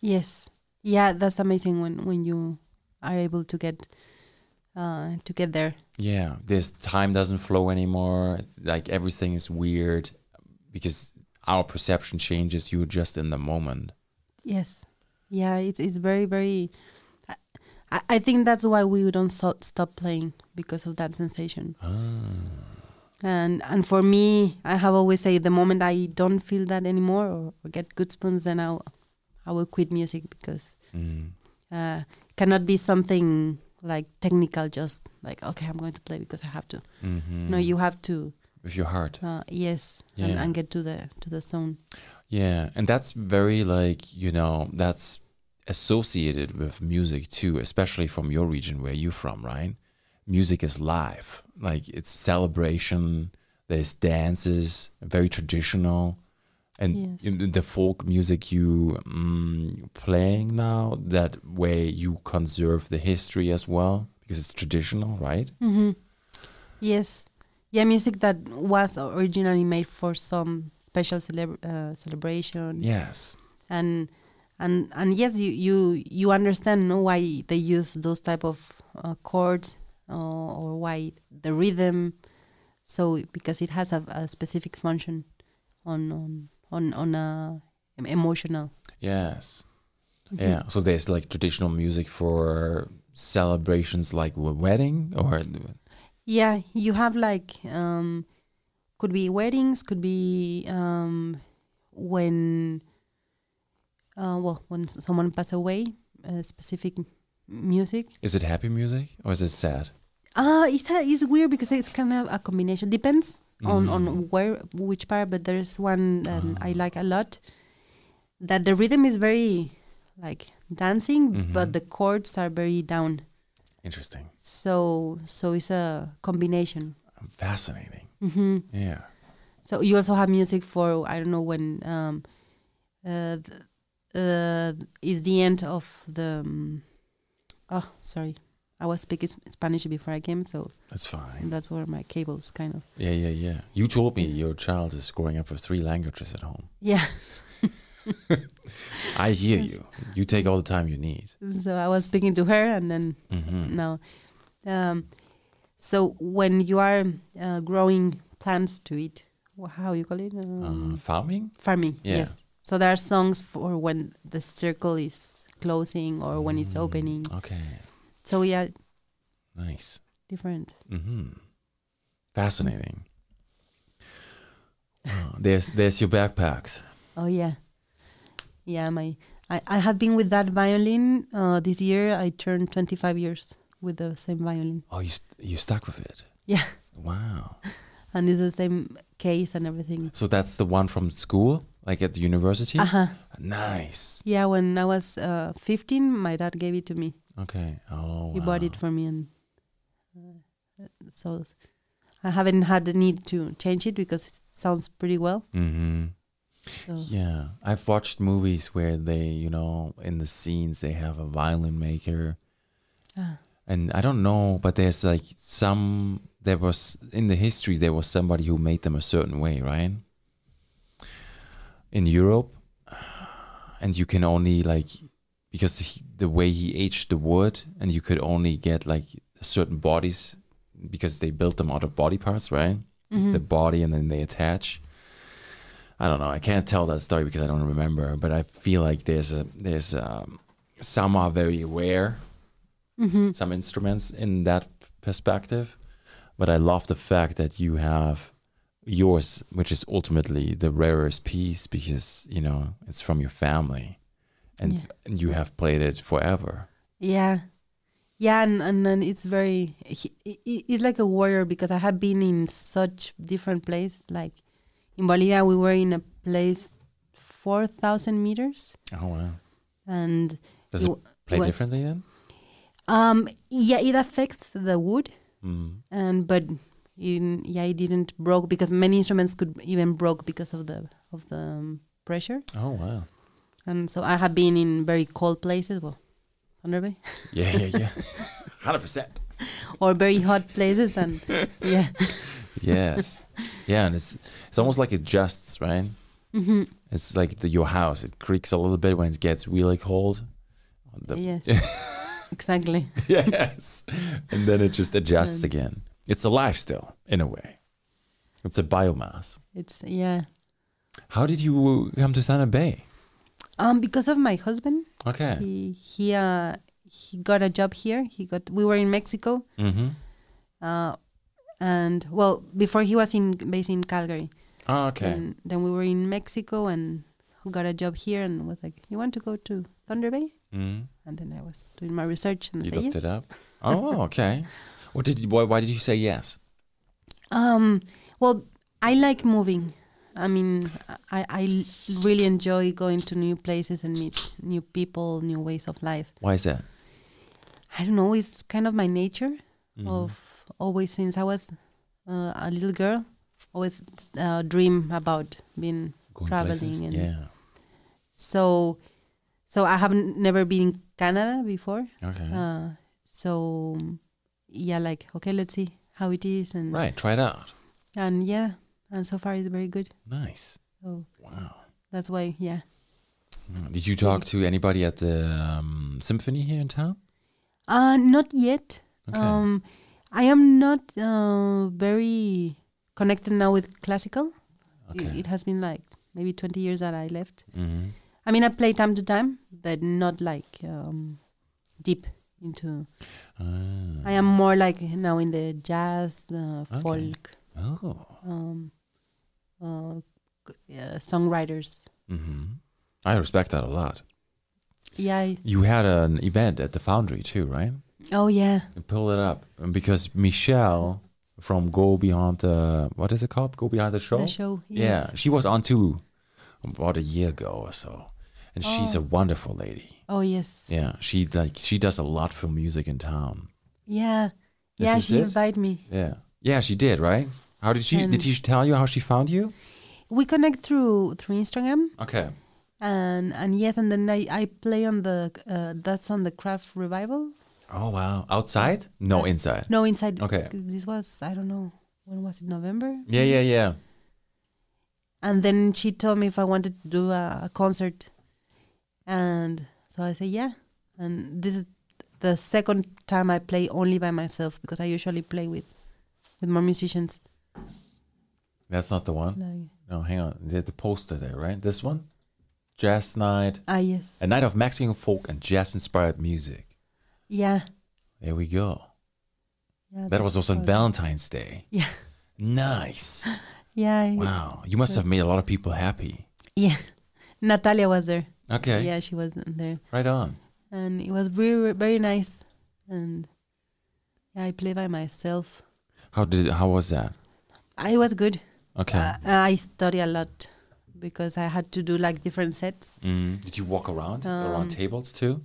Speaker 2: yes, yeah. That's amazing when when you are able to get uh, to get there.
Speaker 1: yeah this time doesn't flow anymore like everything is weird because our perception changes you're just in the moment
Speaker 2: Yes, yeah. It's it's very very. I- I, I think that's why we don't so, stop playing because of that sensation. Ah. And and for me, I have always said the moment I don't feel that anymore or, or get good spoons, then I I will quit music because
Speaker 1: Mm.
Speaker 2: uh, cannot be something like technical. Just like okay, I'm going to play because I have to.
Speaker 1: Mm-hmm.
Speaker 2: No, you have to.
Speaker 1: with your heart.
Speaker 2: Uh, yes, and,
Speaker 1: Yeah.
Speaker 2: and get to the to the zone.
Speaker 1: Yeah, and that's very like you know that's associated with music too, especially from your region where you're from, right? Music is live, like it's celebration. There's dances, very traditional, and
Speaker 2: Yes.
Speaker 1: in the folk music you mm, playing now. That way you conserve the history as well because it's traditional, right?
Speaker 2: Yes, yeah, music that was originally made for some special celeb- uh, celebration,
Speaker 1: Yes.
Speaker 2: and and and yes, you you you understand no why they use those type of uh, chords uh, or why the rhythm. So because it has a, a specific function on on on on a em- emotional.
Speaker 1: Yes. Yeah. So there's like traditional music for celebrations like a wedding or
Speaker 2: Yeah, you have like um could be weddings, could be um when uh well when s- someone pass away, uh, specific m- music.
Speaker 1: is it happy music or is it sad?
Speaker 2: Ah, it's a, it's weird because it's kind of a combination. Depends on on where which part, but there's one that I like a lot that the rhythm is very like dancing, but the chords are very down.
Speaker 1: Interesting.
Speaker 2: So so it's a combination.
Speaker 1: Fascinating.
Speaker 2: Mhm.
Speaker 1: Yeah.
Speaker 2: So you also have music for I don't know when um, uh, th- uh, is the end of the. Um, oh, sorry. I was speaking s- Spanish before I came, so
Speaker 1: That's fine.
Speaker 2: that's where my cables kind of.
Speaker 1: Yeah, yeah, yeah. You told me your child is growing up with three languages at home.
Speaker 2: Yeah.
Speaker 1: *laughs* I hear you. You take all the time you need.
Speaker 2: So I was speaking to her, and then
Speaker 1: hmm
Speaker 2: No. Um, so when you are uh, growing plants to eat, wh- how you call it? Um,
Speaker 1: Uh, farming?
Speaker 2: farming.
Speaker 1: yeah.
Speaker 2: Yes. So there are songs for when the circle is closing or when
Speaker 1: Mm.
Speaker 2: it's opening.
Speaker 1: Okay,
Speaker 2: So yeah,
Speaker 1: nice.
Speaker 2: different.
Speaker 1: hmm Fascinating. Wow, there's there's your backpacks.
Speaker 2: Oh yeah, yeah. My I, I have been with that violin uh, this year. I turned twenty five years with the same violin.
Speaker 1: Oh, you st- you stuck with it.
Speaker 2: Yeah,
Speaker 1: Wow.
Speaker 2: and it's the same case and everything.
Speaker 1: So that's the one from school, like at the university.
Speaker 2: Uh huh.
Speaker 1: Nice.
Speaker 2: Yeah, when I was uh, fifteen, my dad gave it to me.
Speaker 1: Okay. Oh,
Speaker 2: he bought it
Speaker 1: wow.
Speaker 2: for me and uh, so i haven't had the need to change it because it sounds pretty well
Speaker 1: Mhm.
Speaker 2: so
Speaker 1: Yeah, I've watched movies where they, you know, in the scenes they have a violin maker,
Speaker 2: Ah.
Speaker 1: and I don't know, but there's like some there was in the history there was somebody who made them a certain way, right? In Europe, and you can only like because he, the way he aged the wood, and you could only get like certain bodies because they built them out of body parts, right?
Speaker 2: Mm-hmm.
Speaker 1: the body and then they attach. I don't know. I can't tell that story because I don't remember, but I feel like there's a there's um, some are very aware
Speaker 2: Mhm.
Speaker 1: some instruments in that perspective, but I love the fact that you have yours, which is ultimately the rarest piece because you know it's from your family, and
Speaker 2: Yeah.
Speaker 1: and you have played it forever.
Speaker 2: yeah yeah and, and then it's very he, he, he's like a warrior because i have been in such different place like in bolivia we were in a place 4000 meters
Speaker 1: Oh wow!
Speaker 2: and
Speaker 1: Does
Speaker 2: it
Speaker 1: it
Speaker 2: w-
Speaker 1: play
Speaker 2: was-
Speaker 1: differently then?
Speaker 2: um yeah it affects the wood
Speaker 1: Mm.
Speaker 2: and but in, yeah it didn't broke because many instruments could even broke because of the of the um, pressure
Speaker 1: Oh wow!
Speaker 2: and so i have been in very cold places well Thunder Bay, *laughs*
Speaker 1: Yeah, yeah, yeah. *laughs* Hundred percent.
Speaker 2: or very hot places and yeah
Speaker 1: Yes. yeah, and it's it's almost like it adjusts, right?
Speaker 2: hmm
Speaker 1: It's like the, your house. It creaks a little bit when it gets really cold. The-
Speaker 2: yes exactly
Speaker 1: *laughs* yes. And then it just adjusts again. It's alive still, in a way. It's a biomass.
Speaker 2: it's yeah
Speaker 1: How did you come to Santa Bay?
Speaker 2: um because of my husband
Speaker 1: Okay.
Speaker 2: he he uh he got a job here he got we were in mexico
Speaker 1: Mm-hmm.
Speaker 2: uh and well before he was in based in calgary
Speaker 1: Oh, okay.
Speaker 2: And then we were in Mexico and got a job here and was like, You want to go to Thunder Bay?
Speaker 1: hmm
Speaker 2: And then I was doing my research and
Speaker 1: You
Speaker 2: say
Speaker 1: looked
Speaker 2: yes.
Speaker 1: it
Speaker 2: *laughs*
Speaker 1: up. Oh, okay. What did you, why, why did you say yes?
Speaker 2: Um well I like moving. I mean I, I l- really enjoy going to new places and meet new people, new ways of life.
Speaker 1: Why is that?
Speaker 2: I don't know, it's kind of my nature
Speaker 1: Mhm.
Speaker 2: of always since I was uh, a little girl, always uh, dream about being
Speaker 1: Going
Speaker 2: traveling
Speaker 1: places?
Speaker 2: and-
Speaker 1: yeah.
Speaker 2: so so I haven't never been in Canada before.
Speaker 1: Okay.
Speaker 2: Uh, so um, yeah, like okay, let's see how it is, and
Speaker 1: right. Try it out.
Speaker 2: and yeah, and so far it's very good.
Speaker 1: Nice.
Speaker 2: So
Speaker 1: Wow.
Speaker 2: that's why, yeah.
Speaker 1: Mm. Did you talk to anybody at the um, symphony here in town?
Speaker 2: Uh, not yet.
Speaker 1: Okay.
Speaker 2: Um, I am not uh, very connected now with classical. I-
Speaker 1: okay.
Speaker 2: It has been like maybe twenty years that I left.
Speaker 1: hmm
Speaker 2: I mean, I play time to time, but not like um, deep into.
Speaker 1: Ah.
Speaker 2: I am more like now in the jazz, uh,
Speaker 1: Mm. Okay.
Speaker 2: folk,
Speaker 1: Oh.
Speaker 2: um, uh, c- uh, songwriters.
Speaker 1: hmm I respect that a lot.
Speaker 2: Yeah. I-
Speaker 1: You had an event at the Foundry too, right?
Speaker 2: oh yeah.
Speaker 1: Pull it up And because Michelle from Go Beyond the what is it called? Go Beyond the Show.
Speaker 2: The show.
Speaker 1: Oh, Yeah,
Speaker 2: yes.
Speaker 1: she was on too about a year ago or so, and she's a wonderful lady.
Speaker 2: Oh yes.
Speaker 1: Yeah, she like she does a lot for music in town.
Speaker 2: Yeah.
Speaker 1: This
Speaker 2: Yeah.
Speaker 1: is
Speaker 2: She
Speaker 1: it?
Speaker 2: invited me.
Speaker 1: Yeah, yeah, she did. Right? How did she? did
Speaker 2: And-
Speaker 1: she tell you how she found you?
Speaker 2: We connect through through Instagram,
Speaker 1: Okay.
Speaker 2: and and yes, and then I, I play on the uh, that's on the craft revival.
Speaker 1: Oh wow! Outside? No,
Speaker 2: *laughs*
Speaker 1: inside.
Speaker 2: No, inside.
Speaker 1: Okay.
Speaker 2: This was I don't know when was it November,
Speaker 1: Yeah, yeah, yeah.
Speaker 2: and then she told me if I wanted to do a, a concert, and so I said yeah, and this is the second time I play only by myself because I usually play with with more musicians.
Speaker 1: That's not the one.
Speaker 2: Like,
Speaker 1: No, hang on. There's the poster there, right? This one, Jazz Night,
Speaker 2: ah yes,
Speaker 1: a night of Mexican folk and jazz-inspired music.
Speaker 2: yeah,
Speaker 1: There we go.
Speaker 2: yeah.
Speaker 1: That was also on Valentine's Day.
Speaker 2: yeah,
Speaker 1: Nice.
Speaker 2: *laughs* yeah, I-
Speaker 1: Wow. You must have made a lot of people happy.
Speaker 2: yeah. *laughs* Natalia was there.
Speaker 1: Okay.
Speaker 2: Yeah, she was there,
Speaker 1: Right on.
Speaker 2: and it was very very nice. And yeah, I play by myself.
Speaker 1: How did how was that?
Speaker 2: I was good.
Speaker 1: Okay.
Speaker 2: Uh, I study a lot because I had to do like different sets.
Speaker 1: Mm. Did you walk around
Speaker 2: um,
Speaker 1: around tables too?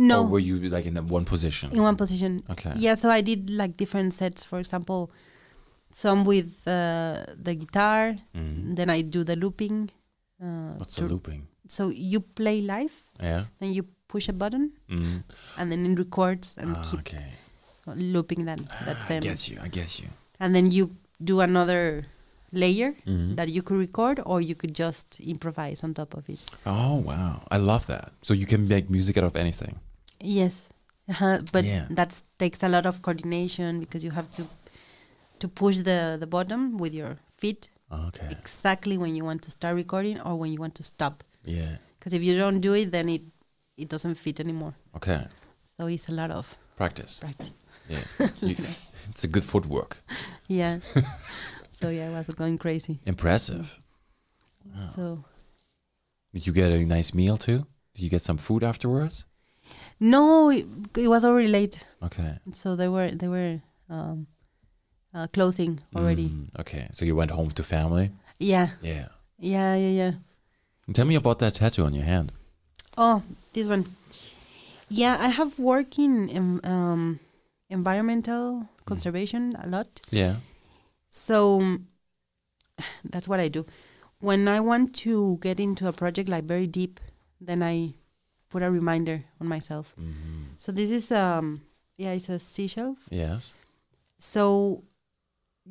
Speaker 2: No,
Speaker 1: Or Oh, were you like in that one position?
Speaker 2: in one position.
Speaker 1: Okay.
Speaker 2: Yeah, so I did like different sets. For example, some with uh, the guitar. Then I do the looping.
Speaker 1: Mm-hmm.
Speaker 2: Uh,
Speaker 1: Mm. What's
Speaker 2: to-
Speaker 1: the looping?
Speaker 2: so you play live,
Speaker 1: Yeah.
Speaker 2: then you push a button,
Speaker 1: Mm.
Speaker 2: and then it records and
Speaker 1: Ah,
Speaker 2: keep
Speaker 1: okay. Ah,
Speaker 2: looping that that
Speaker 1: I
Speaker 2: same.
Speaker 1: get you. I get you.
Speaker 2: and then you do another layer that you could record or you could just improvise on top of it
Speaker 1: Oh wow. I love that. So you can make music out of anything.
Speaker 2: yes uh-huh. but
Speaker 1: Yeah.
Speaker 2: that takes a lot of coordination because you have to to push the the bottom with your feet
Speaker 1: Ah, Okay.
Speaker 2: exactly when you want to start recording or when you want to stop
Speaker 1: Yeah.
Speaker 2: because if you don't do it then it it doesn't fit anymore
Speaker 1: Okay.
Speaker 2: so it's a lot of
Speaker 1: Practice.
Speaker 2: practice *laughs*
Speaker 1: Yeah. You- it's a good footwork.
Speaker 2: yeah *laughs* so yeah i was going crazy
Speaker 1: Impressive. Oh.
Speaker 2: so
Speaker 1: Did you get a nice meal too? Did you get some food afterwards?
Speaker 2: no it, it was already late
Speaker 1: Okay.
Speaker 2: so they were they were um, uh, closing already.
Speaker 1: Mm, okay. So you went home to family?
Speaker 2: Yeah,
Speaker 1: Yeah.
Speaker 2: yeah, yeah, yeah.
Speaker 1: Tell me about that tattoo on your hand.
Speaker 2: Oh, this one. Yeah, I have worked in em- um, environmental conservation a lot,
Speaker 1: Yeah.
Speaker 2: so *sighs* um, that's what I do. When I want to get into a project like very deep, then I put a reminder on myself. So this is um yeah, it's a seashell
Speaker 1: Mm-hmm. Yes.
Speaker 2: so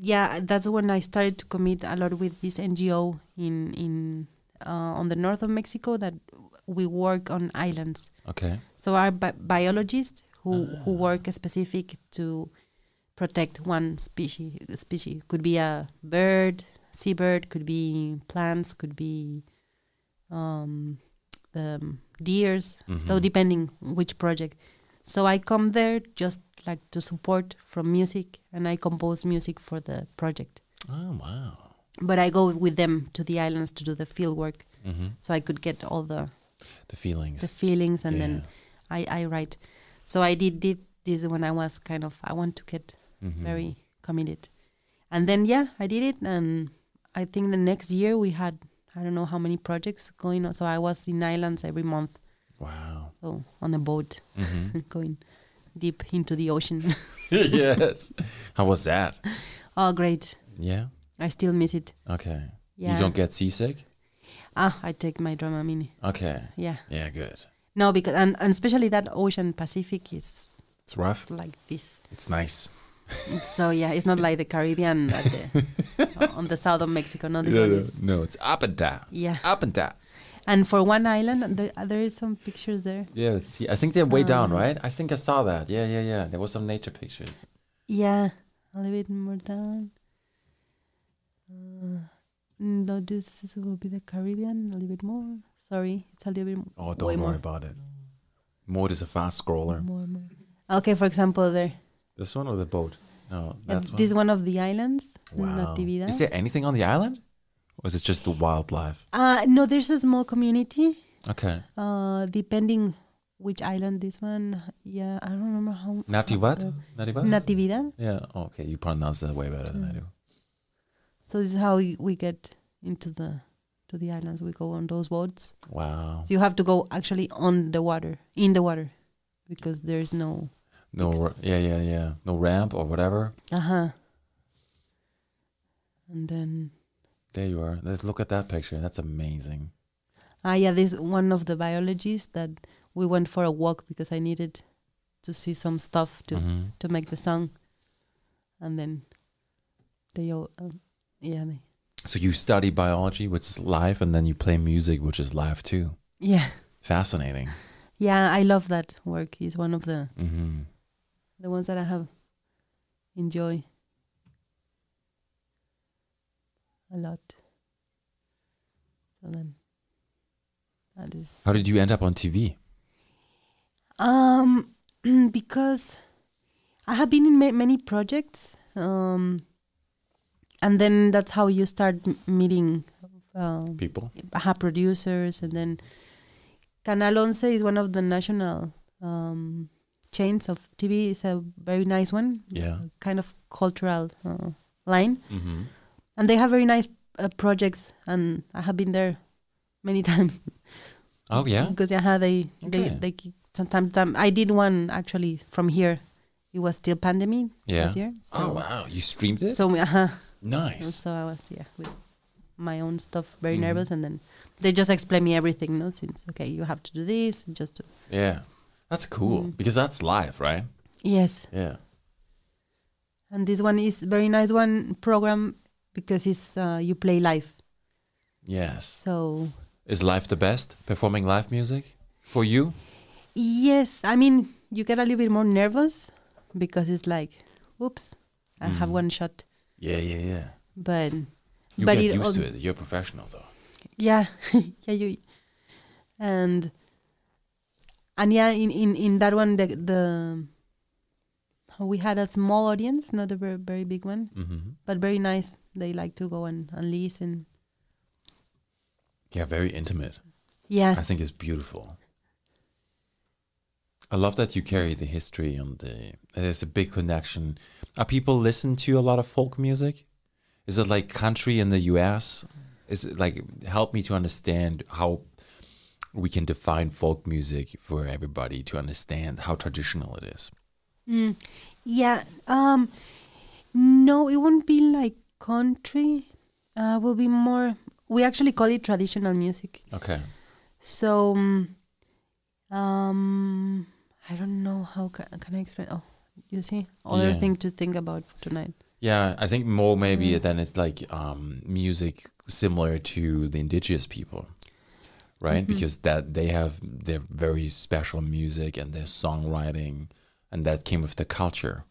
Speaker 2: yeah that's when i started to commit a lot with this ngo in in uh, on the north of mexico that we work on islands
Speaker 1: Okay.
Speaker 2: so our bi- biologists who who work specific to protect one species species could be a bird seabird could be plants could be um, um deers so depending which project so i come there just like to support from music and i compose music for the project
Speaker 1: Oh wow.
Speaker 2: but i go with them to the islands to do the field work
Speaker 1: Mm-hmm.
Speaker 2: so i could get all the
Speaker 1: The feelings.
Speaker 2: the feelings and then
Speaker 1: Yeah.
Speaker 2: I, I write. So I did, did this when I was kind of I want to get
Speaker 1: Mm-hmm. Mm.
Speaker 2: very committed. And then yeah, I did it and I think the next year we had I don't know how many projects going on. So I was in islands every month.
Speaker 1: wow.
Speaker 2: So on a boat *laughs* going deep into the ocean.
Speaker 1: *laughs*
Speaker 2: *laughs*
Speaker 1: yes. How was that?
Speaker 2: oh great.
Speaker 1: Yeah.
Speaker 2: I still miss it.
Speaker 1: Okay.
Speaker 2: Yeah.
Speaker 1: You don't get seasick?
Speaker 2: Ah, I take my Dramamine.
Speaker 1: Okay.
Speaker 2: Yeah.
Speaker 1: Yeah, good.
Speaker 2: No, because and, and especially that ocean Pacific is
Speaker 1: It's rough.
Speaker 2: like this.
Speaker 1: It's nice.
Speaker 2: So yeah, it's not like
Speaker 1: *laughs*
Speaker 2: the Caribbean at the, uh, on the south of Mexico. No, this one is.
Speaker 1: No, it's up and down.
Speaker 2: Yeah.
Speaker 1: Up and down.
Speaker 2: And for one island, the, uh, there is some pictures there.
Speaker 1: Yeah, see, I think they're
Speaker 2: Um,
Speaker 1: way down, right? I think I saw that. Yeah, yeah, yeah. There was some nature pictures.
Speaker 2: Yeah, a little bit more down. Uh, no, this is, will be the Caribbean. A little bit more. Sorry, it's a little bit. m-
Speaker 1: Oh, don't
Speaker 2: way
Speaker 1: worry
Speaker 2: more,
Speaker 1: about it. Mort is a fast scroller.
Speaker 2: more, more. Okay, for example, there.
Speaker 1: This one or the boat? No,
Speaker 2: Uh,
Speaker 1: that's one.
Speaker 2: this one of the islands. Natividad.
Speaker 1: Is there anything on the island? Or is it just the wildlife?
Speaker 2: Uh, no, there's a small community.
Speaker 1: Okay.
Speaker 2: Uh, depending which island this one. Yeah, I don't remember how. Uh,
Speaker 1: Nativad? Nativad?
Speaker 2: Natividad.
Speaker 1: yeah. Oh, okay. You pronounce that way better than I do.
Speaker 2: Mm. So this is how we, we get into the to the islands. We go on those boats.
Speaker 1: Wow.
Speaker 2: So you have to go actually on the water, in the water, because there's no.
Speaker 1: No, ra- yeah, yeah, yeah. No ramp or whatever.
Speaker 2: Uh huh. And then
Speaker 1: There you are. Let's look at that picture. That's amazing.
Speaker 2: Ah, yeah, this one of the biologists that we went for a walk because I needed to see some stuff to
Speaker 1: Mhm.
Speaker 2: to make the song, and then they all, um, yeah, they,
Speaker 1: So you study biology, which is life, and then you play music, which is live too.
Speaker 2: yeah, *laughs*
Speaker 1: Fascinating.
Speaker 2: yeah. I love that work. It's one of the
Speaker 1: hmm
Speaker 2: the ones that I have enjoy a lot. So then, that is
Speaker 1: How did you end up on TV?
Speaker 2: Um, *clears throat* because I have been in ma- many projects, um, and then that's how you start m- meeting um,
Speaker 1: People.
Speaker 2: ha- producers, and then Canal Once is one of the national um, chains of TV. It's a very nice one,
Speaker 1: Yeah.
Speaker 2: kind of cultural uh, line,
Speaker 1: Mm-hmm.
Speaker 2: and they have very nice uh, projects, and I have been there many *laughs* times.
Speaker 1: Oh yeah.
Speaker 2: Because yeah, they they
Speaker 1: Okay.
Speaker 2: they sometimes time, I did one actually from here. It was still pandemic
Speaker 1: Yeah.
Speaker 2: that year. So,
Speaker 1: Oh wow. You streamed it.
Speaker 2: So we- uh-huh.
Speaker 1: nice.
Speaker 2: so I was yeah with my own stuff very
Speaker 1: Mhm.
Speaker 2: nervous, and then they just explained me everything. No, since okay, you have to do this, just to,
Speaker 1: Yeah. That's cool
Speaker 2: Mm-hmm.
Speaker 1: because that's live, right?
Speaker 2: yes.
Speaker 1: Yeah.
Speaker 2: And this one is very nice one program because it's uh, you play live.
Speaker 1: Yes.
Speaker 2: So
Speaker 1: Is live the best? Performing live music for you?
Speaker 2: yes, I mean you get a little bit more nervous because it's like, oops, I have one shot,
Speaker 1: Yeah, yeah, yeah.
Speaker 2: but
Speaker 1: You
Speaker 2: but
Speaker 1: get
Speaker 2: it
Speaker 1: used
Speaker 2: al-
Speaker 1: to it. You're professional though.
Speaker 2: yeah *laughs* yeah you and and yeah in in in that one the the we had a small audience not a very, very big one
Speaker 1: Mm-hmm.
Speaker 2: but very nice they like to go and, and listen
Speaker 1: Yeah, very intimate. I
Speaker 2: yeah
Speaker 1: think it's beautiful. I love that you carry the history and the. There's a big connection. Are people listen to a lot of folk music? Is it like country in the U.S.? Is it like help me to understand how we can define folk music for everybody to understand how traditional it is?
Speaker 2: Mm. yeah um no it won't be like country uh will be more we actually call it traditional music
Speaker 1: Okay.
Speaker 2: So, um, um, I don't know how can, can I explain. Oh, you see, other
Speaker 1: Yeah.
Speaker 2: thing to think about tonight.
Speaker 1: Yeah, I think more maybe
Speaker 2: Mm.
Speaker 1: than it's like um, music similar to the indigenous people, right?
Speaker 2: Mm-hmm.
Speaker 1: Because that they have their very special music and their songwriting, and that came with the culture.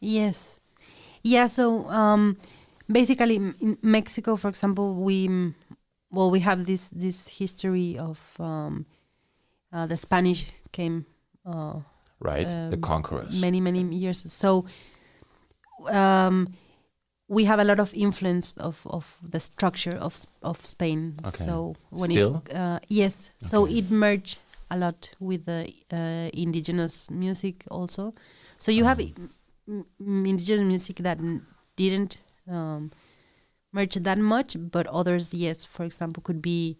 Speaker 2: Yes, yeah. So, um, basically, m- in Mexico, for example, we mm, well we have this this history of um, uh, the Spanish came uh,
Speaker 1: Right, the
Speaker 2: Um,
Speaker 1: conquerors.
Speaker 2: many many years so um we have a lot of influence of, of the structure of S- of Spain.
Speaker 1: Okay.
Speaker 2: So when
Speaker 1: Still?
Speaker 2: it uh, yes, so it merged a lot with the uh, indigenous music also. So you have
Speaker 1: Mm-hmm.
Speaker 2: m- m- indigenous music that n- didn't um, merge that much, but others yes. For example, could be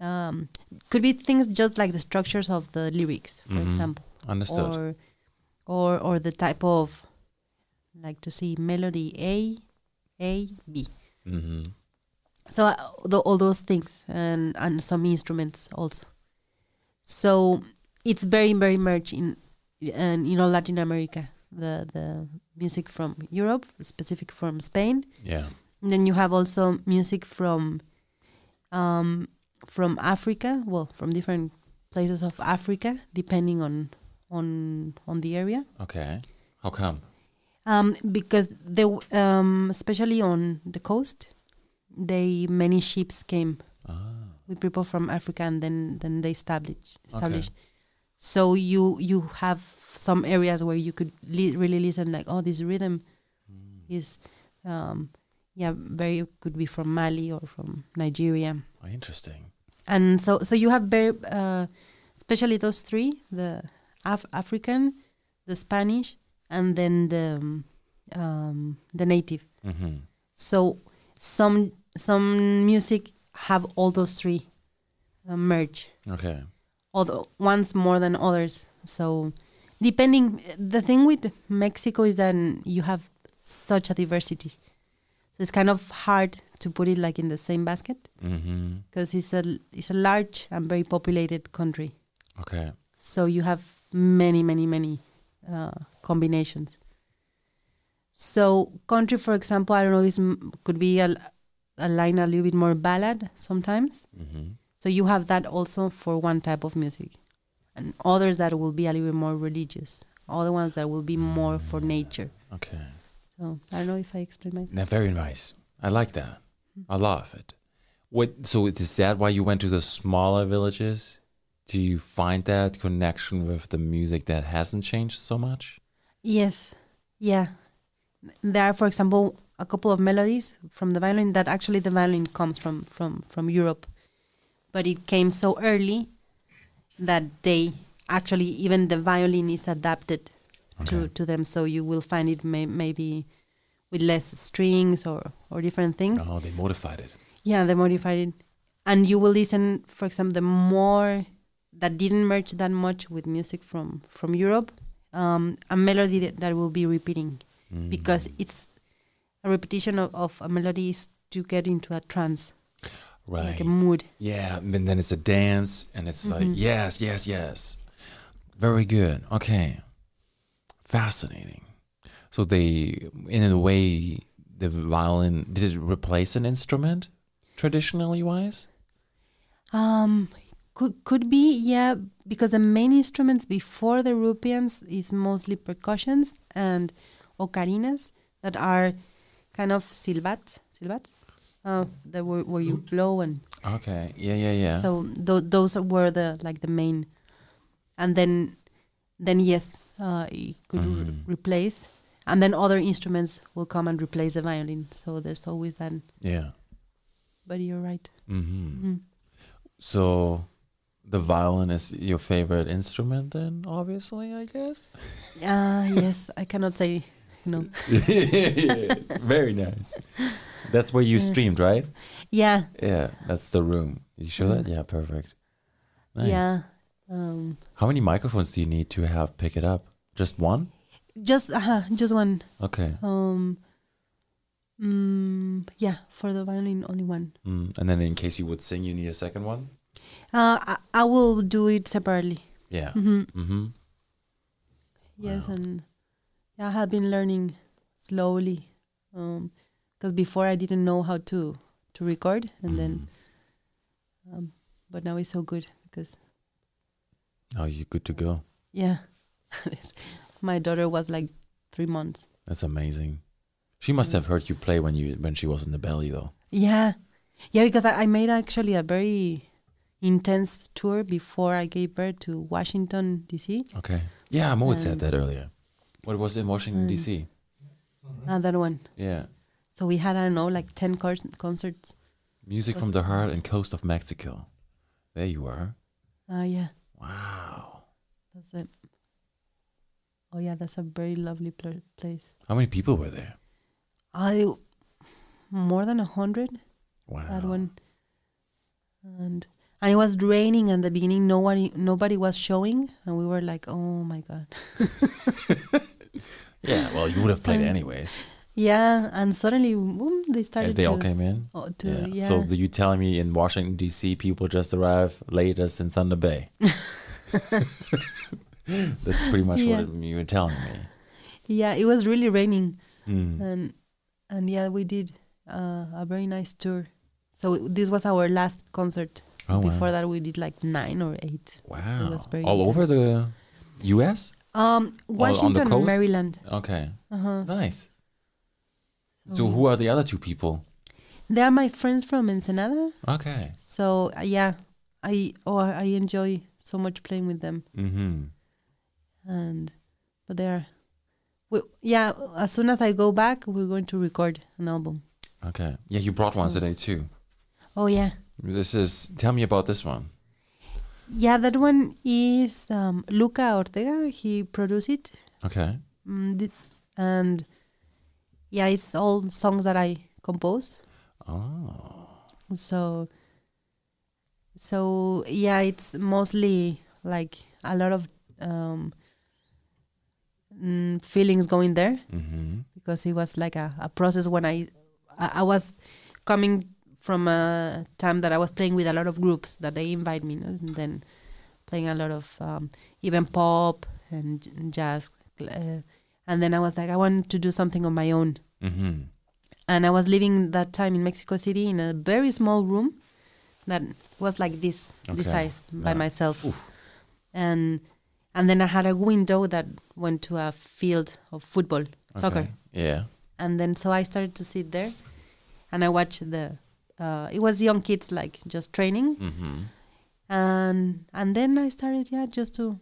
Speaker 2: um, could be things just like the structures of the lyrics, for
Speaker 1: Mhm.
Speaker 2: example
Speaker 1: Understood.
Speaker 2: or or or the type of like to see melody A A B.
Speaker 1: mm-hmm.
Speaker 2: So uh, tho- all those things and and some instruments also. So it's very very merged in and you know Latin America the the music from Europe specific from Spain
Speaker 1: Yeah.
Speaker 2: and then you have also music from um, from Africa, well, from different places of Africa, depending on on on the area.
Speaker 1: Okay. How come?
Speaker 2: Um, because they, w- um, especially on the coast, they many ships came
Speaker 1: Ah,
Speaker 2: with people from Africa, and then then they established established. So you you have some areas where you could li- really listen, like oh, this rhythm
Speaker 1: hmm.
Speaker 2: is, um, yeah, very could be from Mali or from Nigeria,
Speaker 1: interesting.
Speaker 2: and so so you have very, uh, especially those three: the Af- African, the Spanish, and then the um, um, the native.
Speaker 1: Mm-hmm.
Speaker 2: So some some music have all those three uh, merge,
Speaker 1: Okay.
Speaker 2: although ones more than others. So depending, the thing with Mexico is that you have such a diversity. So it's kind of hard to put it like in the same basket
Speaker 1: hmm
Speaker 2: because it's a it's a large and very populated country.
Speaker 1: Okay.
Speaker 2: So you have many, many, many uh, combinations. So country, for example, I don't know, is m- could be a, a line a little bit more ballad sometimes.
Speaker 1: hmm
Speaker 2: So you have that also for one type of music, and others that will be a little bit more religious. Other ones that will be more for nature.
Speaker 1: Okay.
Speaker 2: So I don't know if I explained myself.
Speaker 1: Now, very nice. I like that. I love it. What? So is that why you went to the smaller villages? Do you find that connection with the music that hasn't changed so much?
Speaker 2: Yes, yeah. There are, for example, a couple of melodies from the violin that actually the violin comes from from from Europe, but it came so early that they actually even the violin is adapted to to them. So you will find it may, maybe with less strings or or different things.
Speaker 1: Oh, they modified it.
Speaker 2: Yeah, they modified it, and you will listen, for example, the more that didn't merge that much with music from from Europe, um, a melody that, that will be repeating because it's a repetition of, of a melody is to get into a trance,
Speaker 1: Right.
Speaker 2: like a mood.
Speaker 1: Yeah, and then it's a dance, and it's
Speaker 2: Mm-hmm.
Speaker 1: like yes, yes, yes. Very good. Okay, fascinating. So they, in a way, the violin did it replace an instrument, traditionally wise.
Speaker 2: Um, could could be yeah, because the main instruments before the rupians is mostly percussions and ocarinas that are kind of silbat, silbat, uh, that where, where you blow and
Speaker 1: Okay. Yeah, yeah, yeah.
Speaker 2: So tho- those are- were the like the main, and then then yes, uh, it could re-
Speaker 1: Mm-hmm.
Speaker 2: replace, and then other instruments will come and replace the violin. So there's always that.
Speaker 1: yeah.
Speaker 2: But you're right. Mm.
Speaker 1: Mm-hmm. So, the violin is your favorite instrument, then obviously, I guess. *laughs*
Speaker 2: Ah yes, I cannot say no.
Speaker 1: Very nice. That's where you streamed, right?
Speaker 2: Yeah,
Speaker 1: Yeah, that's the room. You sure that? Yeah, perfect. Nice.
Speaker 2: Mm-hmm. yeah. Um,
Speaker 1: How many microphones do you need to have pick it up? Just one?
Speaker 2: just uh, just one.
Speaker 1: Okay.
Speaker 2: Um, mm, yeah, for the violin only one.
Speaker 1: Mm. And then in case you would sing, you need a second one?
Speaker 2: Uh, I, I will do it separately.
Speaker 1: Yeah.
Speaker 2: hmm
Speaker 1: Mm-hmm.
Speaker 2: Yes, and I have been learning slowly because before I didn't know how to to record, and then
Speaker 1: Mm-hmm.
Speaker 2: um, but now it's so good because
Speaker 1: Oh, you're good to go.
Speaker 2: yeah, *laughs* my daughter was like three months.
Speaker 1: That's amazing. She
Speaker 2: Mm-hmm.
Speaker 1: must have heard you play when you when she was in the belly though.
Speaker 2: Yeah, yeah, because I, I made actually a very intense tour before I gave birth to Washington D.C.
Speaker 1: Okay. Yeah, Mo had said
Speaker 2: Um,
Speaker 1: that earlier. What was it in Washington
Speaker 2: um,
Speaker 1: DC?
Speaker 2: Another one.
Speaker 1: Yeah.
Speaker 2: So we had I don't know like ten con- concerts.
Speaker 1: Music
Speaker 2: was
Speaker 1: from the
Speaker 2: it-
Speaker 1: heart and coast of Mexico. There you are.
Speaker 2: Uh, yeah,
Speaker 1: Wow.
Speaker 2: that's it. Oh yeah, that's a very lovely pl- place.
Speaker 1: How many people were there?
Speaker 2: I more than a hundred
Speaker 1: Wow.
Speaker 2: that one, and and it was raining at the beginning. Nobody nobody was showing, and we were like, oh my god, *laughs*
Speaker 1: Yeah, well, you would have
Speaker 2: Um,
Speaker 1: played anyways.
Speaker 2: yeah. And suddenly, boom, they started.
Speaker 1: If they
Speaker 2: to,
Speaker 1: all came in.
Speaker 2: oh, to
Speaker 1: Yeah.
Speaker 2: yeah.
Speaker 1: So do you telling me in Washington D.C. people just arrive latest in Thunder
Speaker 2: *laughs*
Speaker 1: Bay? *laughs* That's pretty much
Speaker 2: Yeah.
Speaker 1: what you were telling me.
Speaker 2: yeah, it was really raining,
Speaker 1: Mm.
Speaker 2: and and yeah, we did uh, a very nice tour. So this was our last concert.
Speaker 1: Oh, wow.
Speaker 2: Before that, we did like nine or eight.
Speaker 1: Wow.
Speaker 2: was very
Speaker 1: All over the U.S.
Speaker 2: Um, Washington,
Speaker 1: coast?
Speaker 2: Maryland.
Speaker 1: Okay.
Speaker 2: Uh-huh. Hmm.
Speaker 1: Nice. So who are the other two people?
Speaker 2: They are my friends from Ensenada.
Speaker 1: Okay.
Speaker 2: So uh, yeah, I oh I enjoy so much playing with them,
Speaker 1: Mm-hmm.
Speaker 2: and but they are, we, yeah. As soon as I go back, we're going to record an album.
Speaker 1: Okay. Yeah, you brought
Speaker 2: Hmm.
Speaker 1: one today too.
Speaker 2: Oh yeah,
Speaker 1: This is. Tell me about this one.
Speaker 2: yeah. That one is um, Luca Ortega. He produced it,
Speaker 1: Okay.
Speaker 2: mm, th- and yeah, it's all songs that I compose.
Speaker 1: Oh.
Speaker 2: So, so yeah, it's mostly like a lot of um, mm, feelings going there.
Speaker 1: Mm-hmm.
Speaker 2: because it was like a, a process when I I, I was coming from a time that I was playing with a lot of groups that they invite me, no? and then playing a lot of um, even pop and j- jazz. Uh, and then I was like, I want to do something on my own.
Speaker 1: Mm-hmm.
Speaker 2: And I was living that time in Mexico City in a very small room that was like this, this
Speaker 1: Okay.
Speaker 2: size by
Speaker 1: Yeah.
Speaker 2: myself. And and then I had a window that went to a field of football, soccer.
Speaker 1: Yeah.
Speaker 2: And then so I started to sit there and I watched the uh, it was young kids like just training
Speaker 1: Mm-hmm.
Speaker 2: and and then I started yeah just to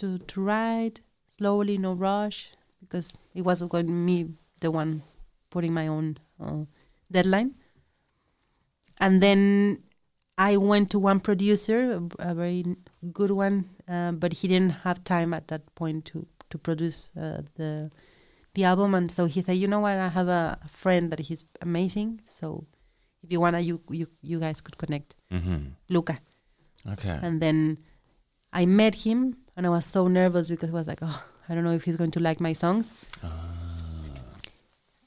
Speaker 2: to to write slowly no rush because it was going me the one putting my own uh, deadline and then I went to one producer a, a very good one uh, but he didn't have time at that point to to produce uh, the the album and so he said you know what I have a friend that he's amazing so if you wanna you you, you guys could connect
Speaker 1: Mm-hmm.
Speaker 2: Luca
Speaker 1: Okay.
Speaker 2: and then I met him, and I was so nervous because I was like, oh, I don't know if he's going to like my songs.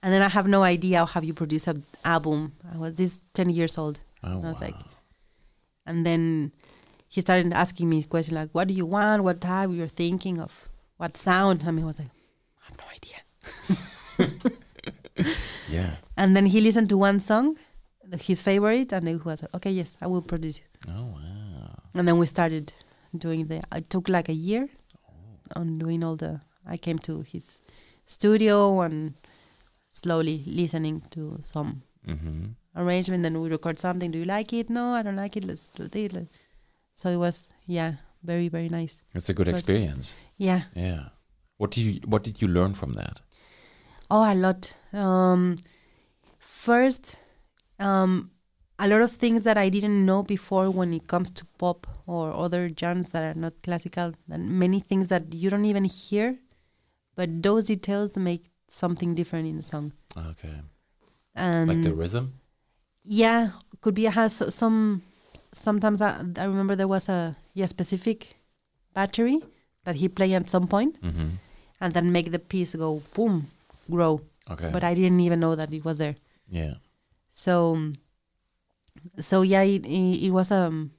Speaker 2: And then I have no idea how have you produce an album. I was this ten years old.
Speaker 1: Oh,
Speaker 2: and I was like, and then he started asking me questions like, what do you want? What type you're thinking of? What sound? I mean, I was like, I have no idea.
Speaker 1: yeah.
Speaker 2: And then he listened to one song, his favorite, and he was like, okay, yes, I will produce you.
Speaker 1: Oh wow.
Speaker 2: and then we started doing the it took like a year on doing all the i came to his studio and slowly listening to some
Speaker 1: Mm-hmm.
Speaker 2: arrangement then we record something do you like it no i don't like it let's do this Let- so it was yeah very very nice
Speaker 1: It's a good
Speaker 2: First-
Speaker 1: experience.
Speaker 2: yeah
Speaker 1: Yeah. What do you What did you learn from that?
Speaker 2: Oh, a lot. Um, first, um, a lot of things that I didn't know before when it comes to pop or other genres that are not classical, and many things that you don't even hear, but those details make something different in a song.
Speaker 1: Okay.
Speaker 2: And
Speaker 1: Like the rhythm.
Speaker 2: yeah, could be has some. Sometimes I, I remember there was a yeah specific battery that he played at some point,
Speaker 1: Mm-hmm.
Speaker 2: and then make the piece go boom, grow.
Speaker 1: Okay.
Speaker 2: But I didn't even know that it was there.
Speaker 1: yeah.
Speaker 2: so so yeah it, it, it was um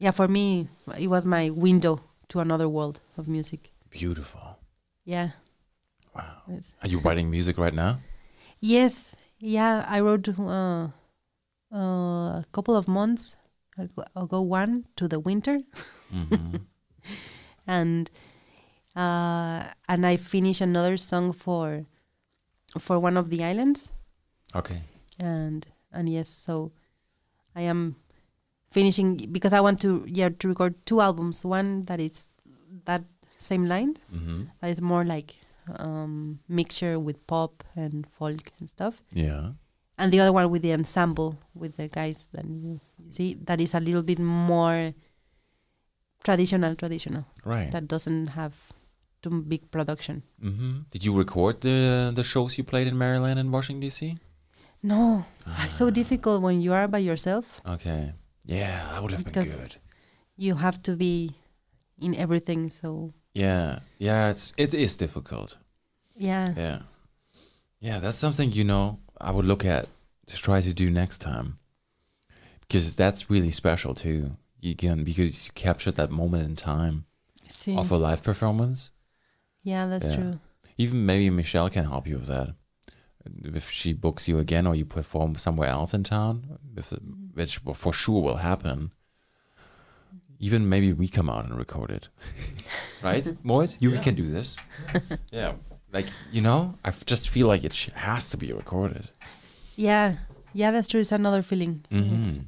Speaker 2: yeah for me it was my window to another world of music
Speaker 1: Beautiful.
Speaker 2: yeah
Speaker 1: Wow.
Speaker 2: It's-
Speaker 1: Are you writing music right now?
Speaker 2: yes yeah i wrote uh, uh, a couple of months ago, ago one to the winter
Speaker 1: Mm-hmm.
Speaker 2: and uh and i finished another song for for one of the islands
Speaker 1: okay.
Speaker 2: and and yes so i am finishing because i want to yeah to record two albums one that is that same line
Speaker 1: Mm-hmm.
Speaker 2: that is more like um mixture with pop and folk and stuff
Speaker 1: Yeah.
Speaker 2: and the other one with the ensemble with the guys that you, you see that is a little bit more traditional traditional
Speaker 1: Right.
Speaker 2: that doesn't have too big production
Speaker 1: Mm-hmm. Did you record the the shows you played in Maryland and Washington D.C.?
Speaker 2: no it's so difficult when you are by yourself
Speaker 1: Okay. Yeah, that would have been
Speaker 2: Because-
Speaker 1: good.
Speaker 2: you have to be in everything so
Speaker 1: Yeah. Yeah. It's it is difficult.
Speaker 2: yeah
Speaker 1: Yeah. Yeah, that's something you know I would look at to try to do next time. Because that's really special too. You can because you captured that moment in time
Speaker 2: See.
Speaker 1: of a live performance.
Speaker 2: Yeah, that's
Speaker 1: Yeah.
Speaker 2: true.
Speaker 1: Even maybe Michelle can help you with that. If she books you again or you perform somewhere else in town, if, which will- for sure will happen. Even maybe we come out and record it. right? Moit, you can do this. yeah. Like, you know, I f- just feel like it sh- has to be recorded.
Speaker 2: Yeah, yeah, that's true. It's another feeling. It's
Speaker 1: Mhm.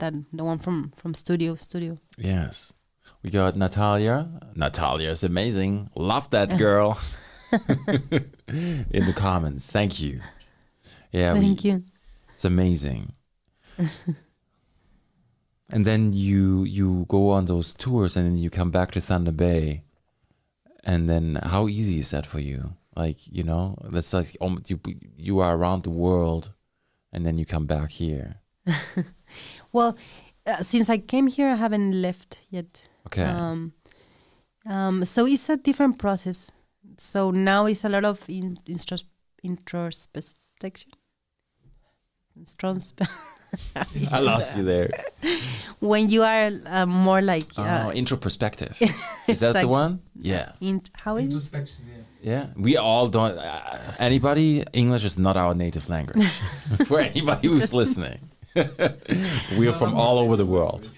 Speaker 2: that the one from from studio studio.
Speaker 1: Yes. We got Natalia. Natalia is amazing. Love that girl. *laughs* In the comments. Thank you. Yeah, we-
Speaker 2: Thank you.
Speaker 1: it's amazing. and then you you go on those tours and then you come back to Thunder Bay. And then how easy is that for you? Like, you know, that's like um, you you are around the world and then you come back here.
Speaker 2: Well, uh, since I came here, I haven't left yet.
Speaker 1: Okay.
Speaker 2: Um, um, so it's a different process. So now it's a lot of in, intros, introspection. strong. Sp-
Speaker 1: I lost you there.
Speaker 2: *laughs* when you are uh, more like
Speaker 1: Oh,
Speaker 2: uh,
Speaker 1: introspective. Is that the
Speaker 2: Exactly.
Speaker 1: one? Yeah.
Speaker 2: in how is
Speaker 3: Introspection, yeah.
Speaker 1: Yeah. We all don't. Uh, anybody, English is not our native language. For anybody who's listening, *laughs* we are from all over the world.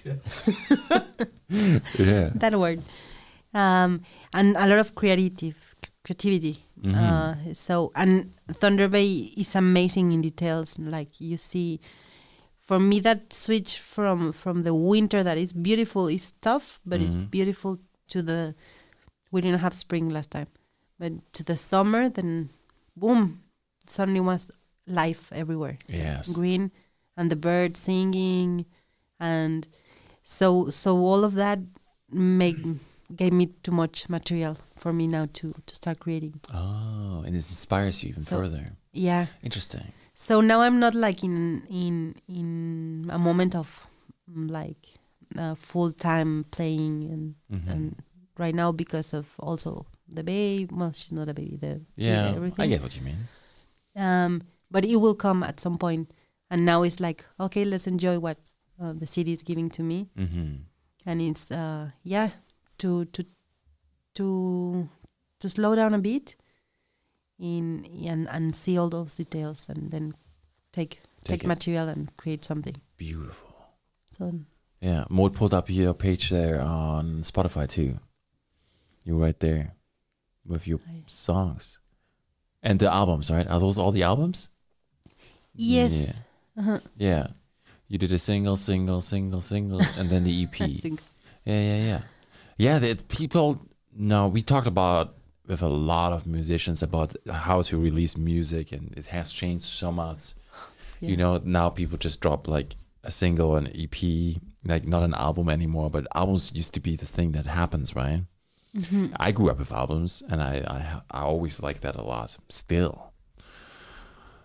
Speaker 1: Yeah.
Speaker 2: that word um, and a lot of creative creativity uh, so and thunder bay is amazing in details like you see for me that switch from from the winter that is beautiful is tough but it's beautiful to the we didn't have spring last time but to the summer then boom suddenly was life everywhere
Speaker 1: Yes.
Speaker 2: green and the birds singing and so so all of that make gave me too much material for me now to to start creating
Speaker 1: Oh, and it inspires you even
Speaker 2: So-
Speaker 1: further.
Speaker 2: yeah
Speaker 1: Interesting.
Speaker 2: so now i'm not like in in in a moment of mm, like uh, full time playing and
Speaker 1: Mm-hmm.
Speaker 2: and right now because of also the baby well she's not a baby the
Speaker 1: Yeah.
Speaker 2: everything
Speaker 1: I get what you mean.
Speaker 2: um, but it will come at some point. And now it's like, okay, let's enjoy what uh, the city is giving to me,
Speaker 1: hmm
Speaker 2: and it's uh, yeah, to to to to slow down a bit, in and and see all those details, and then take
Speaker 1: Take
Speaker 2: take,
Speaker 1: it.
Speaker 2: material and create something.
Speaker 1: Beautiful.
Speaker 2: So
Speaker 1: Yeah. Maud pulled up your page there on Spotify too. You're right there with your
Speaker 2: I-
Speaker 1: songs and the albums, right? Are those all the albums?
Speaker 2: yes,
Speaker 1: Mm, Yeah. Yeah. You did a single, single, single, single, and then the E
Speaker 2: *laughs* I
Speaker 1: EP.
Speaker 2: think
Speaker 1: Yeah, yeah, yeah. Yeah, that people no, we talked about with a lot of musicians about how to release music and it has changed so much.
Speaker 2: Yeah.
Speaker 1: You know, now people just drop like a single an EP, like not an album anymore, but albums used to be the thing that happens, right?
Speaker 2: Mm-hmm.
Speaker 1: I grew up with albums and I, I I always liked that a lot still.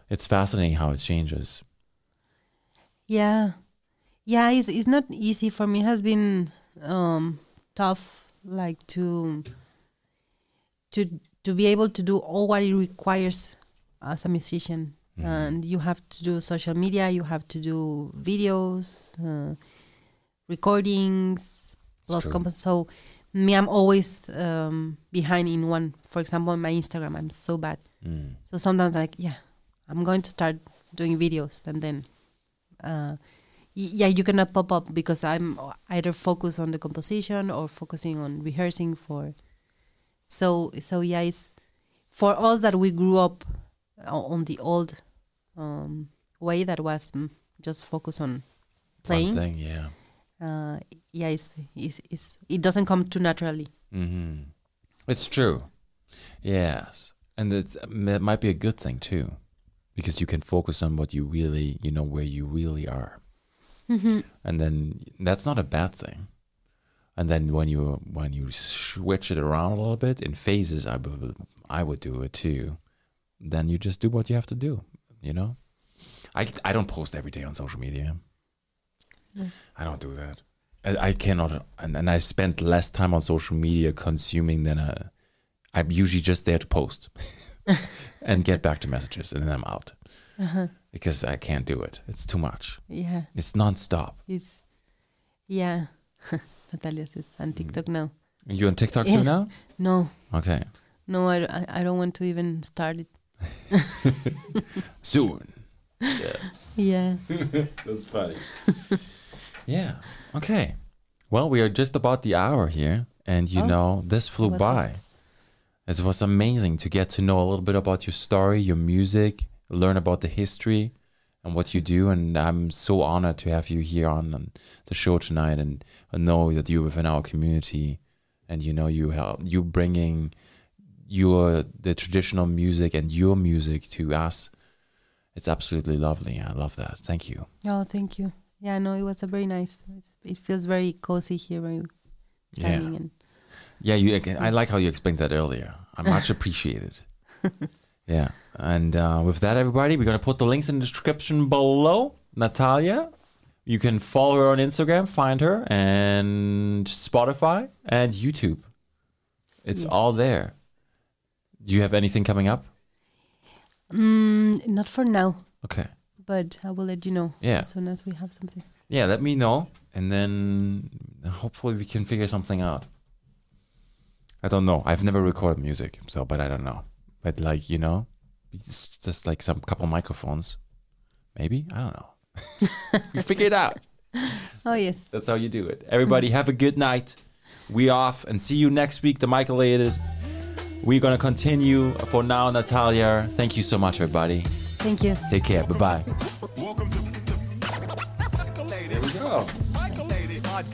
Speaker 1: It's fascinating how it changes.
Speaker 2: Yeah, yeah. It's it's not easy for me. It has been um, tough, like to to to be able to do all what it requires as a musician.
Speaker 1: Mm-hmm. Mm.
Speaker 2: And you have to do social media. You have to do videos, uh, recordings,
Speaker 1: It's
Speaker 2: lots
Speaker 1: true.
Speaker 2: comp- So me, I'm always um, behind in one. For example, on my Instagram, I'm so bad.
Speaker 1: Mm.
Speaker 2: So sometimes like, yeah, I'm going to start doing videos and then uh y- yeah, you cannot pop up because I'm either focused on the composition or focusing on rehearsing for so so yeah, it's for us that we grew up o- on the old um way that was mm, just focus on
Speaker 1: One
Speaker 2: playing.
Speaker 1: thing, yeah.
Speaker 2: Uh yeah, it's, it's, it's it doesn't come too naturally.
Speaker 1: Mm-hmm. It's true. Yes. And it's, it might be a good thing too, because you can focus on what you really, you know, where you really are. And then that's not a bad thing. And then when you when you switch it around a little bit in phases, I would I would do it too. Then you just do what you have to do. You know, I I don't post every day on social media. I don't do that. I, I cannot, and, and I spend less time on social media consuming than I. I'm usually just there to post and get back to messages, and then I'm out because I can't do it. It's too much.
Speaker 2: *laughs* Yeah.
Speaker 1: It's nonstop.
Speaker 2: It's yeah. *laughs* Natalia says on TikTok now.
Speaker 1: You on TikTok
Speaker 2: Yeah.
Speaker 1: too now?
Speaker 2: No,
Speaker 1: Okay,
Speaker 2: no, I, I, I don't want to even start it.
Speaker 1: soon.
Speaker 2: Yeah.
Speaker 1: That's funny. *laughs* yeah. Okay. Well, we are just about the hour here, and you
Speaker 2: Oh.
Speaker 1: know this flew
Speaker 2: was
Speaker 1: by.
Speaker 2: fast.
Speaker 1: It was amazing to get to know a little bit about your story, your music, learn about the history and what you do. And I'm so honored to have you here on, on the show tonight and, and know that you're within our community and you know you help you bringing your the traditional music and your music to us. It's absolutely lovely. I love that. Thank you.
Speaker 2: Oh, thank you. Yeah, no, it was a very nice. It's, it feels very cozy here, very calming and
Speaker 1: Yeah, you. I like how you explained that earlier. I much appreciated. yeah, and uh, with that, everybody, we're gonna put the links in the description below. Natalia, you can follow her on Instagram, find her, and Spotify and YouTube. It's
Speaker 2: Yes.
Speaker 1: all there. Do you have anything coming up?
Speaker 2: mm, not for now.
Speaker 1: Okay.
Speaker 2: but I will let you know
Speaker 1: Yeah.
Speaker 2: as soon as we have something.
Speaker 1: Yeah, let me know, and then hopefully we can figure something out. I don't know. I've never recorded music, so but I don't know. But like you know, it's just like some couple microphones, maybe. I don't know. *laughs* we figure it out.
Speaker 2: Oh yes.
Speaker 1: That's how you do it. Everybody, have a good night. We off and see you next week. The Michaelated. We're gonna continue for now, Natalia. Thank you so much, everybody.
Speaker 2: Thank you.
Speaker 1: Take care. Bye bye.
Speaker 3: Welcome to, to Michael Lady.
Speaker 1: go.
Speaker 3: Michael Lady Podcast.